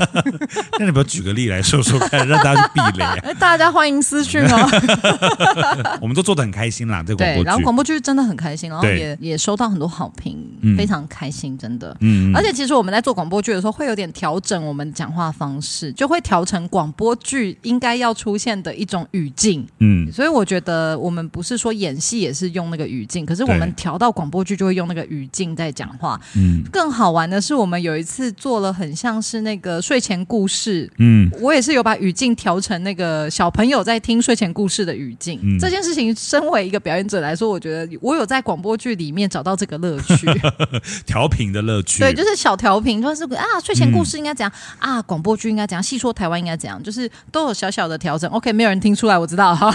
Speaker 2: 那你不要举个例来说说看，让大家去避雷、啊。
Speaker 3: 哎大家欢迎私讯
Speaker 2: (laughs)
Speaker 3: 哦。
Speaker 2: 我们都做的很开心啦，这个广
Speaker 3: 对
Speaker 2: 播，
Speaker 3: 然后
Speaker 2: 剧。
Speaker 3: 广播剧真的很开心，然后
Speaker 2: 对
Speaker 3: 也也收到很多好评，非常开心，真的。
Speaker 2: 嗯，
Speaker 3: 而且其实我们在做广播剧的时候，会有点调整我们讲话方式，就会调成广播剧应该要出现的一种语境。
Speaker 2: 嗯，
Speaker 3: 所以我觉得我们不是说演戏也是用那个语境，可是我们
Speaker 2: 对
Speaker 3: 调到广播剧就会用那个语境在讲话。
Speaker 2: 嗯，
Speaker 3: 更好玩的是，我们有一次做了很像是那个睡前故事。
Speaker 2: 嗯，
Speaker 3: 我也是有把语境调成那个小朋友在听睡前故事的语境。
Speaker 2: 嗯
Speaker 3: 这件事情，身为一个表演者来说，我觉得我有在广播剧里面找到这个乐趣。
Speaker 2: (laughs) 调频的乐趣。
Speaker 3: 对，就是小调频，就是啊，睡前故事应该怎样、
Speaker 2: 嗯
Speaker 3: 啊，广播剧应该怎样，戏说台湾应该怎样，就是都有小小的调整。OK，没有人听出来，我知道
Speaker 2: (laughs)
Speaker 3: 哈。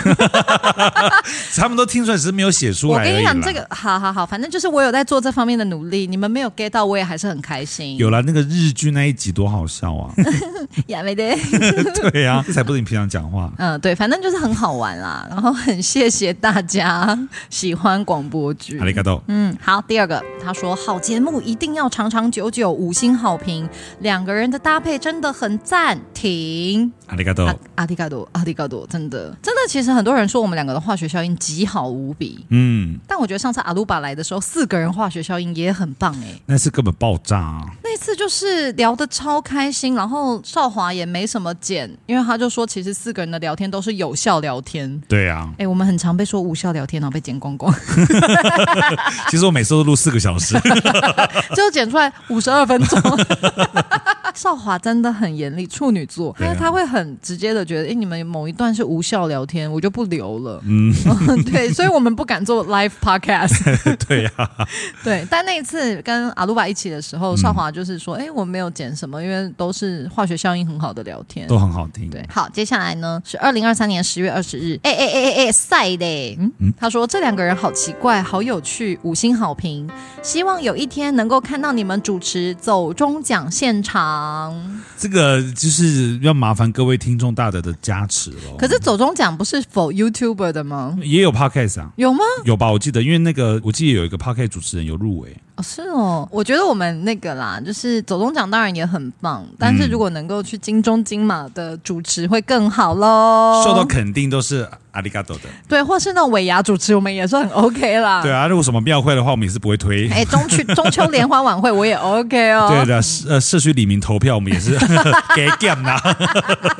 Speaker 2: 他们都听出来，只是没有写出
Speaker 3: 我
Speaker 2: 来而已
Speaker 3: 跟
Speaker 2: 啦。
Speaker 3: 你讲，这个好好好，反正就是我有在做这方面的努力，你们没有 get 到，我也还是很开心。
Speaker 2: 有了那个日剧那一集多好笑
Speaker 3: (laughs)
Speaker 2: 啊！
Speaker 3: 也没得， (laughs)
Speaker 2: 对呀、这才不是你平常讲话。
Speaker 3: 嗯，对，反正就是很好玩啦。然后很谢谢大家喜欢广播剧
Speaker 2: 阿。里嘎多，
Speaker 3: 嗯，好，第二个，他说好节目一定要长长久久，五星好评，两个人的搭配真的很赞，停。
Speaker 2: 阿里嘎多
Speaker 3: 阿，啊阿迪嘎多，阿迪嘎多，真的，真的，其实很多人说我们两个的化学效应极好无比，
Speaker 2: 嗯，
Speaker 3: 但我觉得上次阿鲁巴来的时候，四个人化学效应也很棒哎、
Speaker 2: 那是根本爆炸、啊。
Speaker 3: 那次就是聊得超开心，然后少华也没什么剪，因为他就说其实四个人的聊天都是有效聊天。
Speaker 2: 对啊，
Speaker 3: 哎、我们很常被说无效聊天，然后被剪光光，
Speaker 2: 其
Speaker 3: (laughs)
Speaker 2: 实我每次都录四个小时， (laughs)
Speaker 3: 最后剪出来五十二分钟。少耀华真的很严厉，处女座，
Speaker 2: 对
Speaker 3: 因
Speaker 2: 啊
Speaker 3: 为他会很直接的觉得，哎、你们某一段是无效聊天，我就不留了。
Speaker 2: 嗯
Speaker 3: (laughs) 对，所以我们不敢做 live podcast。 (laughs)
Speaker 2: 对啊呀、
Speaker 3: 对，但那一次跟阿鲁巴一起的时
Speaker 2: 嗯
Speaker 3: 候，少华就是说，哎、我没有剪什么，因为都是化学效应很好的聊天。
Speaker 2: 都很好听。
Speaker 3: 对，好，接下来呢是二零二三年十月二十日，哎哎哎哎哎，赛嘞，嗯，他说这两个人好奇怪，好有趣，五星好评，希望有一天能够看到你们主持走中奖现场。
Speaker 2: 这个就是要麻烦各位听众大德的加持喽。
Speaker 3: 可是走中奖不是否 YouTuber 的吗？
Speaker 2: 也有 podcast 啊，
Speaker 3: 有吗？
Speaker 2: 有吧？我记得，因为那个我记得有一个 podcast 主持人有入围，
Speaker 3: 哦，是哦，我觉得我们那个啦，就是走中奖当然也很棒，但
Speaker 2: 嗯
Speaker 3: 是如果能够去金钟金马的主持会更好喽。
Speaker 2: 受到肯定都是阿里嘎多的。
Speaker 3: 对，或是那种尾牙主持，我们也是很 OK 啦。
Speaker 2: 对啊，如果什么庙会的话，我们也是不会推。
Speaker 3: (laughs) 哎，中秋中秋联欢晚会我也 OK 哦。
Speaker 2: 对的，社呃，社区里民投票，我们也是 (laughs) 给 game 啦。 (laughs)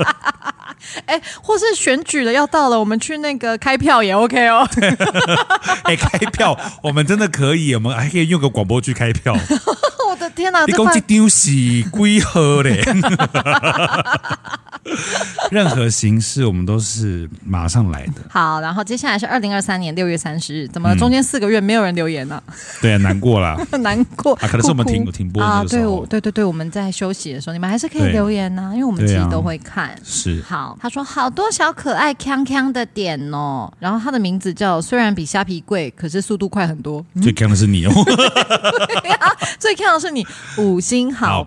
Speaker 3: 哎，或是选举的要到了，我们去那个开票也
Speaker 2: (laughs)
Speaker 3: OK 哦。
Speaker 2: 哎，开票，我们真的可以，我们还可以用个广播剧开
Speaker 3: (laughs)
Speaker 2: 票。
Speaker 3: 我的天哪，
Speaker 2: 你
Speaker 3: 这
Speaker 2: 讲
Speaker 3: 饭
Speaker 2: 这丢是龟喝嘞！ (laughs) 任何形式我们都是马上来的。
Speaker 3: 好，然后接下来是二零二三年六月三十日，
Speaker 2: 嗯
Speaker 3: 怎么了中间四个月没有人留言呢、 (laughs)
Speaker 2: 对啊，难过啦。
Speaker 3: 难过
Speaker 2: 啊可能是我们
Speaker 3: 哭哭
Speaker 2: 停停播的那
Speaker 3: 啊，
Speaker 2: 个时候
Speaker 3: 对，我对对对，我们在休息的时候，你们还是可以
Speaker 2: 对
Speaker 3: 留言呐、因为我们自
Speaker 2: 对
Speaker 3: 己
Speaker 2: 啊
Speaker 3: 都会看。
Speaker 2: 是
Speaker 3: 好，他说好多小可爱锵锵的点哦，然后他的名字叫虽然比虾皮贵，可是速度快很多。
Speaker 2: 最坑的是你哦，
Speaker 3: (laughs) 最看的是你五星好评。
Speaker 2: 好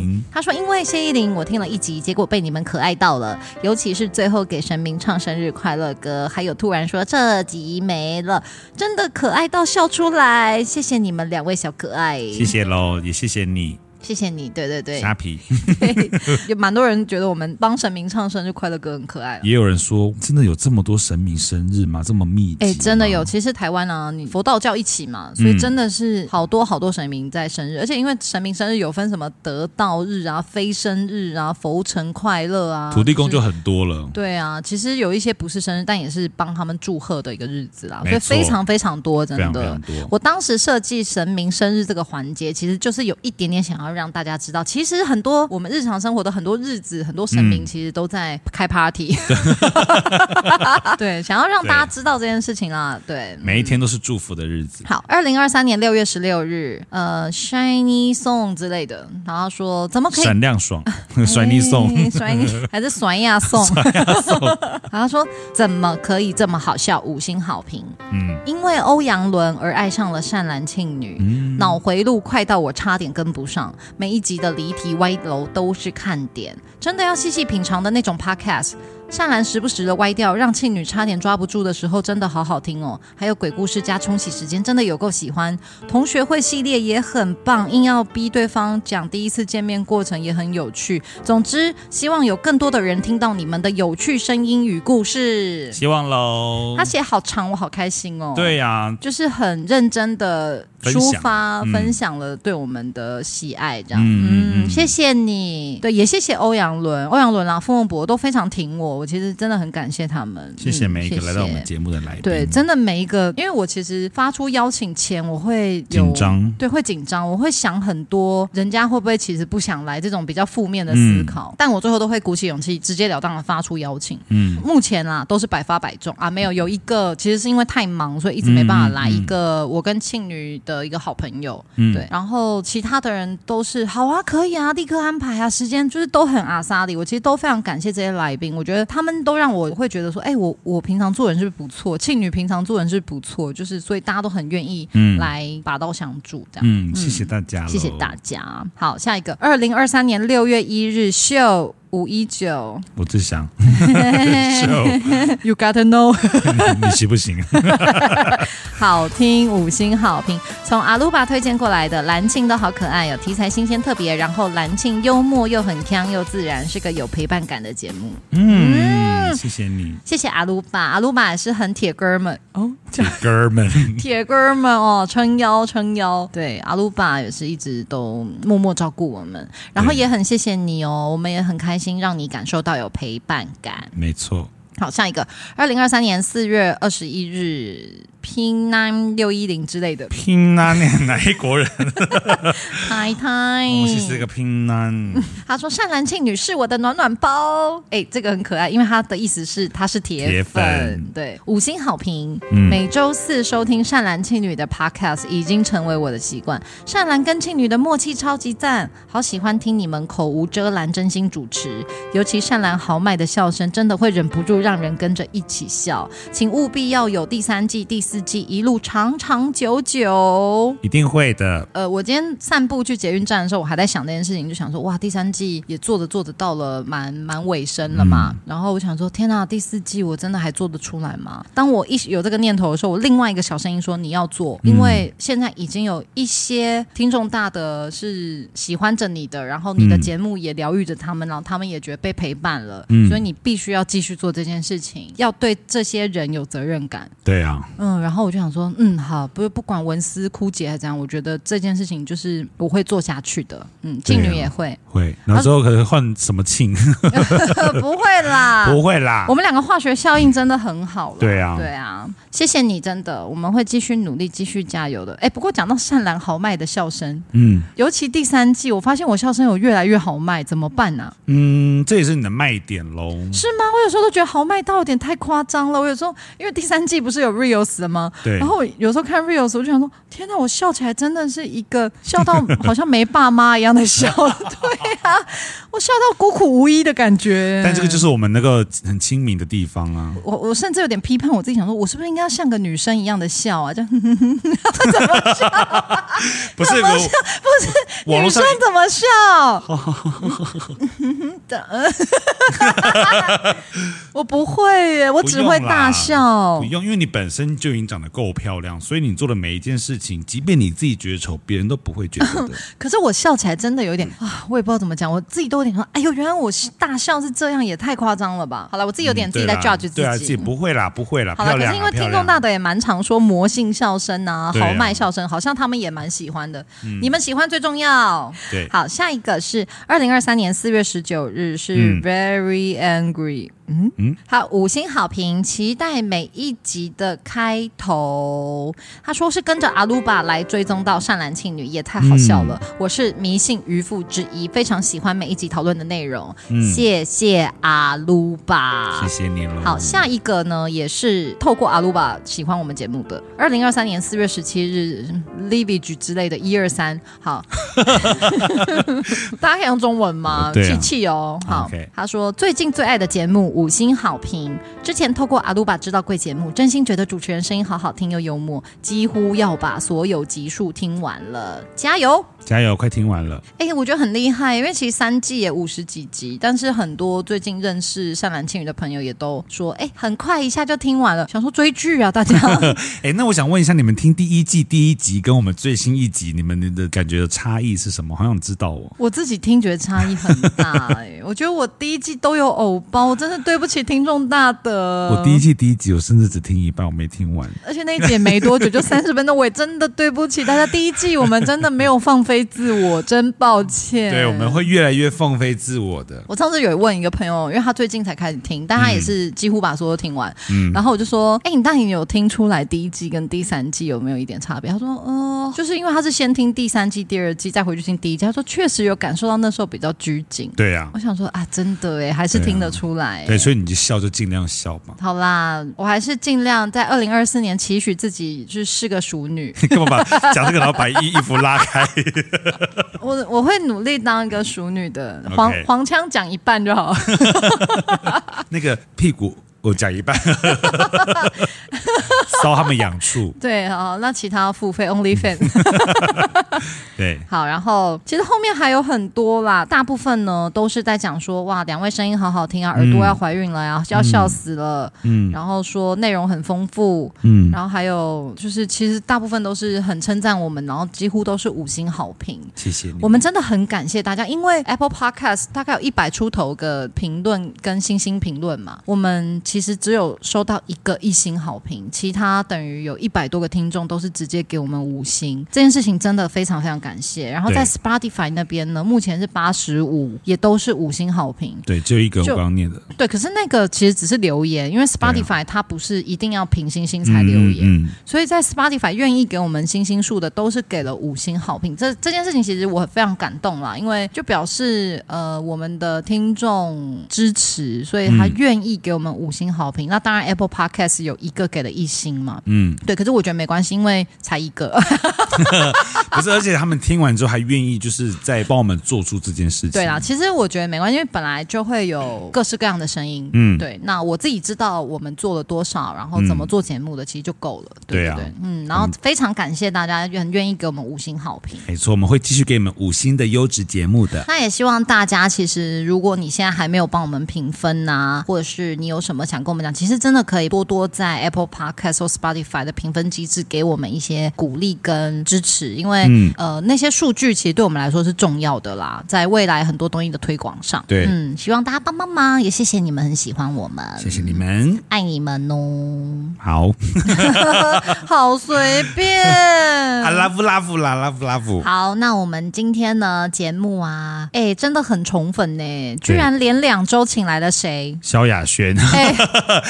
Speaker 2: 评
Speaker 3: 他说：“因为谢依霖，我听了一集，结果被你们可爱到了，尤其是最后给神明唱生日快乐歌，还有突然说这集没了，真的可爱到笑出来。谢谢你们两位小可爱，
Speaker 2: 谢谢喽，也谢谢你，
Speaker 3: 谢谢你，对对对
Speaker 2: 虾，皮。
Speaker 3: 有蛮多人觉得我们帮神明唱生日快乐歌很可爱啊。”
Speaker 2: 也有人说，真的有这么多神明生日吗？这么密集？
Speaker 3: 哎，真的有。。其实台湾啊，你佛道教一起嘛，所以真的是好多好多神明在生日，而且因为神明生日有分什么得道日啊、非生日啊、佛尘快乐啊，
Speaker 2: 土地公就是很多了，
Speaker 3: 对啊，其实有一些不是生日，但也是帮他们祝贺的一个日子啦，
Speaker 2: 没
Speaker 3: 所以
Speaker 2: 错
Speaker 3: 非常非常多，真
Speaker 2: 非常非
Speaker 3: 的
Speaker 2: 常。多。
Speaker 3: 我当时设计神明生日这个环节，其实就是有一点点想要让大家知道，其实很多我们日常生活的很多日子，很多神明
Speaker 2: 嗯
Speaker 3: 其实都在开
Speaker 2: (laughs)
Speaker 3: party，、对，想要让大家知道这件事情啦，对。
Speaker 2: 每一天都是祝福的日子。
Speaker 3: 好，二零二三年六月十六日，呃，Shiny Song 之类的，然后说怎么可以
Speaker 2: 闪亮爽， (laughs) 甩你送，
Speaker 3: (laughs) 哎甩你 (laughs) 还是甩呀送， (laughs) 然后说怎么可以这么好笑？五星好评，
Speaker 2: 嗯，
Speaker 3: 因为欧阳伦而爱上了善男信女，脑回路快到我差点跟不上，每一集的离题歪楼都是看点，真的要细细品尝的那种 podcast。善兰时不时的歪掉，让庆女差点抓不住的时候，真的好好听哦。还有鬼故事加冲洗时间，真的有够喜欢。同学会系列也很棒，硬要逼对方讲第一次见面过程也很有趣。总之，希望有更多的人听到你们的有趣声音与故事。
Speaker 2: 希望喽
Speaker 3: 他。写好长，我好开心哦。
Speaker 2: 嗯对呀、
Speaker 3: 就是很认真的抒发、
Speaker 2: 分
Speaker 3: 分
Speaker 2: 享嗯
Speaker 3: 享了对我们的喜爱，这样。
Speaker 2: 嗯嗯
Speaker 3: 嗯，
Speaker 2: 嗯
Speaker 3: 谢谢你，对，也谢谢欧阳伦、欧阳伦啦、傅孟博都非常挺我，我其实真的很感谢他们。
Speaker 2: 谢谢
Speaker 3: 嗯
Speaker 2: 每一个来到我们
Speaker 3: 谢谢
Speaker 2: 节目的来宾。
Speaker 3: 对，真的每一个，因为我其实发出邀请前，我会有
Speaker 2: 紧张
Speaker 3: 对，会紧张，我会想很多，人家会不会其实不想来这种比较负面的思考，但我最后都会鼓起勇气，直截了当的发出邀请。
Speaker 2: 嗯，
Speaker 3: 目前啦都是百发百中啊，没有有一个其实是因为太忙，所以一直没办法来
Speaker 2: 嗯嗯嗯
Speaker 3: 一个我跟庆女的一个好朋友，
Speaker 2: 嗯
Speaker 3: 对，然后其他的人都是好啊，可以啊，立刻安排啊，时间就是都很阿萨里，我其实都非常感谢这些来宾，我觉得他们都让我会觉得说，哎，我我平常做人是不是不错，庆女平常做人是不错，就是所以大家都很愿意
Speaker 2: 嗯
Speaker 3: 来拔刀相助这样。
Speaker 2: 嗯，谢谢大家、
Speaker 3: 谢谢大。家。好，下一个，二零二三年六月一日，秀五一
Speaker 2: (laughs)
Speaker 3: 九
Speaker 2: 我最想秀
Speaker 3: ，You gotta know。
Speaker 2: (laughs) 你行不行？
Speaker 3: 好听，五星好评，从阿鲁巴推荐过来的蓝庆都好可爱哦，题材新鲜特别，然后蓝庆幽默又很腔又自然，是个有陪伴感的节目。
Speaker 2: 嗯，谢谢你，
Speaker 3: 谢谢阿鲁巴，阿鲁巴也是很铁哥们哦，
Speaker 2: 哥们。
Speaker 3: 铁哥们哦，撑腰撑腰。对，阿鲁巴也是一直都默默照顾我们，然后
Speaker 2: 对
Speaker 3: 也很谢谢你哦，我们也很开心让你感受到有陪伴感。
Speaker 2: (laughs) 没错，
Speaker 3: 好，下一个，二零二三年四月二十一日，拼南六一零之类的，
Speaker 2: 拼南哪一国人？
Speaker 3: 太太，
Speaker 2: 我其实个拼啊南，
Speaker 3: 他说善男信女是我的暖暖包，哎，这个很可爱，因为他的意思是他是铁
Speaker 2: 铁粉
Speaker 3: 对，五星好评。
Speaker 2: 嗯
Speaker 3: 每周四收听善男信女的 podcast 已经成为我的习惯，善男跟庆女的默契超级赞，好喜欢听你们口无遮拦，真心主持，尤其善男豪迈的笑声，真的会忍不住让人跟着一起笑，请务必要有第三季、第四季，一路长长久久。
Speaker 2: 一定会的。
Speaker 3: 呃，我今天散步去捷运站的时候，我还在想这件事情，就想说，哇，第三季也做着做着到了蛮蛮尾声了嘛。
Speaker 2: 嗯
Speaker 3: 然后我想说，天呐，第四季我真的还做得出来吗？当我一有这个念头的时候，我另外一个小声音说你要做，因
Speaker 2: 嗯
Speaker 3: 为现在已经有一些听众大的是喜欢着你的，然后你的
Speaker 2: 嗯
Speaker 3: 节目也疗愈着他们，然后他们也觉得被陪伴了，
Speaker 2: 嗯
Speaker 3: 所以你必须要继续做这件事情，要对这些人有责任感。
Speaker 2: 对啊，
Speaker 3: 嗯，然后我就想说，嗯，好，不不管文思枯竭还是怎样，我觉得这件事情就是我会做下去的。嗯，
Speaker 2: 对
Speaker 3: 静
Speaker 2: 啊
Speaker 3: 女也会， (laughs)
Speaker 2: 会。那时候可能换什么庆？
Speaker 3: 不会啦。
Speaker 2: 不会啦
Speaker 3: 啊我。们两个化学效应真的很好了，
Speaker 2: 对啊
Speaker 3: 对啊，谢谢你，真的，我们会继续努力，继续加油的。哎，不过讲到善良豪迈的笑声，
Speaker 2: 嗯
Speaker 3: 尤其第三季，我发现我笑声有越来越豪迈，怎么办呢、啊？
Speaker 2: 嗯，这也是你的卖点喽。
Speaker 3: 是吗？我有时候都觉得豪迈到有点太夸张了。我有时候因为第三季不是有 reels 的吗？
Speaker 2: 对
Speaker 3: 然后我有时候看 reels，我就想说，天哪，我笑起来真的是一
Speaker 2: (laughs)
Speaker 3: 个笑到好像没爸妈一样的笑。对
Speaker 2: (laughs)
Speaker 3: 啊，我笑到孤苦无依的感觉。
Speaker 2: 但这个就是我们那个很亲民的地方啊。
Speaker 3: 我我甚至有点批判我自己，想说我是不是应该要像个女生一样的笑啊？就女
Speaker 2: 不是，我不是网络上
Speaker 3: 生怎
Speaker 2: (laughs)
Speaker 3: 么笑？ (laughs) 的 (laughs) 我不会耶，我
Speaker 2: 不
Speaker 3: 只
Speaker 2: 用
Speaker 3: 会
Speaker 2: 啦
Speaker 3: 大笑
Speaker 2: 不。用，因为你本身就已经长得够漂亮，所以你做的每一件事情，即便你自己觉得丑，别人都不会觉得
Speaker 3: (laughs)
Speaker 2: 的。
Speaker 3: 可是我笑起来真的有点
Speaker 2: 嗯
Speaker 3: 啊，我也不知道怎么讲，我自己都有点说，哎呦，原来我是大笑是这样，也太夸张了吧？好了，我自己有点自己
Speaker 2: 嗯
Speaker 3: 在
Speaker 2: 对啦
Speaker 3: judge 自
Speaker 2: 对啊，自己
Speaker 3: 己。
Speaker 2: 不会啦，不会啦，
Speaker 3: 好了，
Speaker 2: 漂
Speaker 3: 可
Speaker 2: 亮啊。
Speaker 3: 是因为听
Speaker 2: 漂亮
Speaker 3: 众大的也蛮常说魔性笑声啊、
Speaker 2: 对啊嗯
Speaker 3: 豪迈笑声，好像他们也蛮喜欢的。你们喜欢最重要。
Speaker 2: 对
Speaker 3: 好，下一个是二零二三年四月十九日是
Speaker 2: 嗯
Speaker 3: Very Angry。嗯
Speaker 2: 嗯
Speaker 3: 嗯，好，五星好评，期待每一集的开头。他说是跟着阿鲁巴来追踪到善男信女，也太好笑
Speaker 2: 嗯
Speaker 3: 了。我是迷信渔夫之一，非常喜欢每一集讨论的内容。谢谢阿鲁巴，
Speaker 2: 嗯谢谢你喽。
Speaker 3: 好，下一个呢也是透过阿鲁巴喜欢我们节目的，二零二三年四月十七日 l i v i g e 之类的，一二三，好，大家可以用中文吗？
Speaker 2: (laughs) 对啊
Speaker 3: 气气哦，好
Speaker 2: OK
Speaker 3: 他说最近最爱的节目五星好评，之前透过阿鲁巴知道贵节目，真心觉得主持人声音好好听又幽默，几乎要把所有集数听完了，加油！
Speaker 2: 加油，快听完了。
Speaker 3: 哎、我觉得很厉害，因为其实三季也五十几集，但是很多最近认识善男信女的朋友也都说，哎、很快一下就听完了，想说追剧啊，
Speaker 2: (laughs)
Speaker 3: 大家。
Speaker 2: 哎，那我想问一下，你们听第一季第一集跟我们最新一集，你们的感觉的差异是什么？好想知道哦。
Speaker 3: 我自己听觉差异很大、哎，我觉得我第一季都有偶包，我真的对不起听众大德。
Speaker 2: 我第一，季第一集，我甚至只听一半，我没听完。
Speaker 3: 而且那一集也没多久，就三十分钟，我也真的对不起大家。第一季我们真的没有放飞自我，真抱歉。
Speaker 2: 对，我们会越来越放飞自我的。
Speaker 3: 我上次有问一个朋友，因为他最近才开始听，但他也是几乎把所有听完。
Speaker 2: 嗯
Speaker 3: 然后我就说：“哎、你那你有听出来第一季跟第三季有没有一点差别？”他说：“呃，就是因为他是先听第三季、第二季，再回去听第一季。”他说：“确实有感受到那时候比较拘谨。
Speaker 2: 对啊
Speaker 3: 我，想说：“啊，真的哎，还是
Speaker 2: 对啊
Speaker 3: 听得出来。
Speaker 2: 对，所以你就笑就尽量笑嘛。
Speaker 3: 好啦，我还是尽量在二零二四年期许自己就是个
Speaker 2: (laughs)
Speaker 3: 熟女，
Speaker 2: 你干嘛把讲这个，然后把衣衣服拉开？
Speaker 3: 我我会努力当一个熟女的。黄
Speaker 2: OK
Speaker 3: 黄腔讲一半就好。 (laughs)
Speaker 2: 那个屁股我讲一半，烧他们痒处。
Speaker 3: 对，好，那其他要付费 Only Fan。
Speaker 2: 对，
Speaker 3: 好，然后其实后面还有很多啦，大部分呢都是在讲说，哇，两位声音好好听啊，耳朵要怀孕了呀、要笑死了，
Speaker 2: 嗯
Speaker 3: 然后说内容很丰富，
Speaker 2: 嗯，
Speaker 3: 然后还有就是其实大部分都是很称赞我们，然后几乎都是五星好评。
Speaker 2: 谢谢你
Speaker 3: 我。们真的很感谢大家，因为 Apple Podcast 大概有一百出头个评论跟星星评论嘛，我们其实只有收到一个一星好评，其他等于有一百多个听众都是直接给我们五星，这件事情真的非常非常感谢。然后在
Speaker 2: 对
Speaker 3: Spotify 那边呢，目前是八十五，也都是五星好评。
Speaker 2: 对，只有一个我
Speaker 3: 就
Speaker 2: 刚刚念的
Speaker 3: 对，可是那个其实只是留言，因为 Spotify 它不是一定要评星星才留言，
Speaker 2: 嗯嗯嗯
Speaker 3: 所以在 Spotify 愿意给我们星星数的，都是给了五星好评。这这件事情其实我非常感动啦，因为就表示呃我们的听众支持，所以他
Speaker 2: 嗯
Speaker 3: 愿意给我们五星好评。那当然 Apple Podcast 有一个给了一星嘛，
Speaker 2: 嗯，
Speaker 3: 对，可是我觉得没关系，因为才一
Speaker 2: (laughs)
Speaker 3: 个。
Speaker 2: 不是，而且他们听完之后还愿意就是在帮我们做出这件事情。
Speaker 3: 对啦，，其实我觉得没关系，因为本来就会有各式各样的声音。
Speaker 2: 嗯
Speaker 3: 对。那我自己知道我们做了多少，然后怎么做节目的，其实就够了。
Speaker 2: 对
Speaker 3: 不
Speaker 2: 啊
Speaker 3: 对，嗯。然后非常感谢大家愿愿意给我们五星好评。
Speaker 2: 没错，我们会继续给你们五星的优质节目的。
Speaker 3: 那也希望大家，其实如果你现在还没有帮我们评分呐、或者是你有什么想跟我们讲，其实真的可以多多在 Apple Podcast 或 Spotify 的评分机制给我们一些鼓励跟支持，因为、
Speaker 2: 嗯
Speaker 3: 呃那些数据其实对我们来说是重要的啦，在未来很多东西的推广上。
Speaker 2: 对
Speaker 3: 嗯，希望大家帮帮忙，啊也谢谢你们很喜欢我们，
Speaker 2: 谢谢你们，
Speaker 3: 爱你们哦， (laughs)
Speaker 2: 好，
Speaker 3: 好随
Speaker 2: (laughs)
Speaker 3: 便，
Speaker 2: 啊，拉夫拉夫啦，拉夫拉夫，
Speaker 3: 嗯好，那我们今天呢节目啊，哎，真的很宠粉呢，居然连两周请来
Speaker 2: (laughs)
Speaker 3: 了谁？
Speaker 2: 萧亚轩，
Speaker 3: 哎，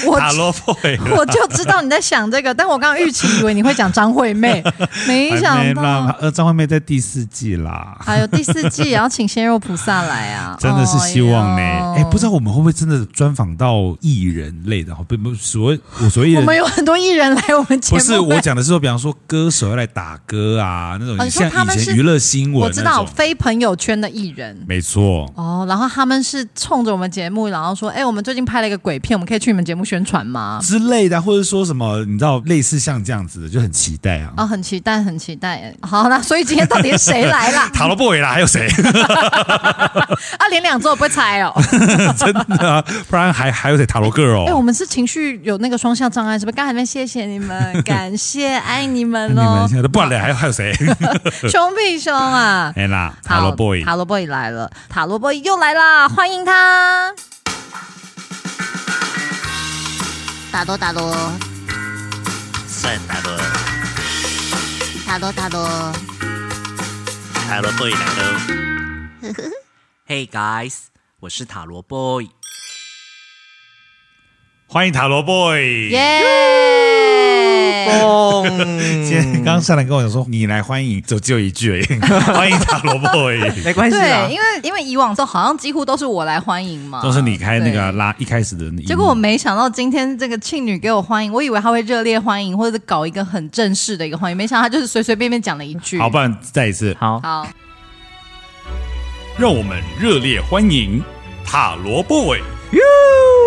Speaker 3: 我
Speaker 2: 塔罗 boy，
Speaker 3: (laughs) 我就知道你在想这个，但我刚刚预期以为你会讲张惠
Speaker 2: (laughs)
Speaker 3: 妹，没
Speaker 2: 还
Speaker 3: 想
Speaker 2: 没啦
Speaker 3: 到。
Speaker 2: 呃，张惠妹在第四季啦，
Speaker 3: 还有第四季也要请鲜肉菩萨来啊！
Speaker 2: (laughs) 真的是希望呢。
Speaker 3: 哎
Speaker 2: 哎、
Speaker 3: 呦
Speaker 2: 不知道我们会不会真的专访到艺人类的？不不，所谓我所谓
Speaker 3: 我
Speaker 2: 的
Speaker 3: 们有很多艺人来我们
Speaker 2: 不
Speaker 3: 节目哎，
Speaker 2: 是我讲的是说，比方说歌手要来打歌啊，那种、
Speaker 3: 哦你说
Speaker 2: 像
Speaker 3: 他们
Speaker 2: 以前
Speaker 3: 是
Speaker 2: 娱乐新
Speaker 3: 我
Speaker 2: 闻
Speaker 3: 知
Speaker 2: 那
Speaker 3: 道
Speaker 2: 种，
Speaker 3: 非朋友圈的艺人
Speaker 2: 没错。
Speaker 3: 哦，然后他们是冲着我们节目，然后说：“哎，我们最近拍了一个鬼片，我们可以去你们节目宣传吗？”
Speaker 2: 之类的，或者说什么，你知道，类似像这样子的，就很期待啊。
Speaker 3: 哦，很期待，很期待。好啦，所以今天到底是谁来
Speaker 2: (laughs)
Speaker 3: 啦？
Speaker 2: 塔罗 boy 啦，还有谁？
Speaker 3: 啊，连两周我不会
Speaker 2: (laughs)
Speaker 3: 猜哦。
Speaker 2: 真的、啊，不然还还有谁？塔罗 girl
Speaker 3: 哎、我们是情绪有那个双向障碍，是不是？刚才那边谢谢你们，感谢爱你们哦
Speaker 2: 你
Speaker 3: 喽
Speaker 2: 们，现在都不然嘞，还有还有谁？ (laughs)
Speaker 3: 凶屁凶啊！
Speaker 2: 哎啦， (laughs) 塔罗
Speaker 3: 好
Speaker 2: boy，嗯
Speaker 3: 塔罗 boy 来了，塔罗 boy 又来啦，欢迎他！
Speaker 4: 塔罗塔罗，
Speaker 5: 算塔罗，
Speaker 4: 塔罗塔罗，
Speaker 5: 塔罗 boy 来喽。hey guys，我是塔罗 boy。
Speaker 2: 欢迎塔罗 boy。
Speaker 3: 耶、
Speaker 2: 今天刚刚上来跟我讲说，嗯你来欢迎，就只有一句而已，欢迎塔罗 boy，
Speaker 6: 哎
Speaker 5: 没关系啦
Speaker 3: 对，因，为因为以往都好像几乎都是我来欢迎嘛，
Speaker 2: 啊都是你开那个
Speaker 3: 对。
Speaker 2: 拉一开始的那一幕，
Speaker 3: 结果我没想到今天这个庆女给我欢迎，我以为她会热烈欢迎，或者是搞一个很正式的一个欢迎，没想到她就是随随便便讲了一句。
Speaker 2: 好，不然再一次，
Speaker 5: 好，
Speaker 3: 好，
Speaker 2: 让我们热烈欢迎塔罗 boy。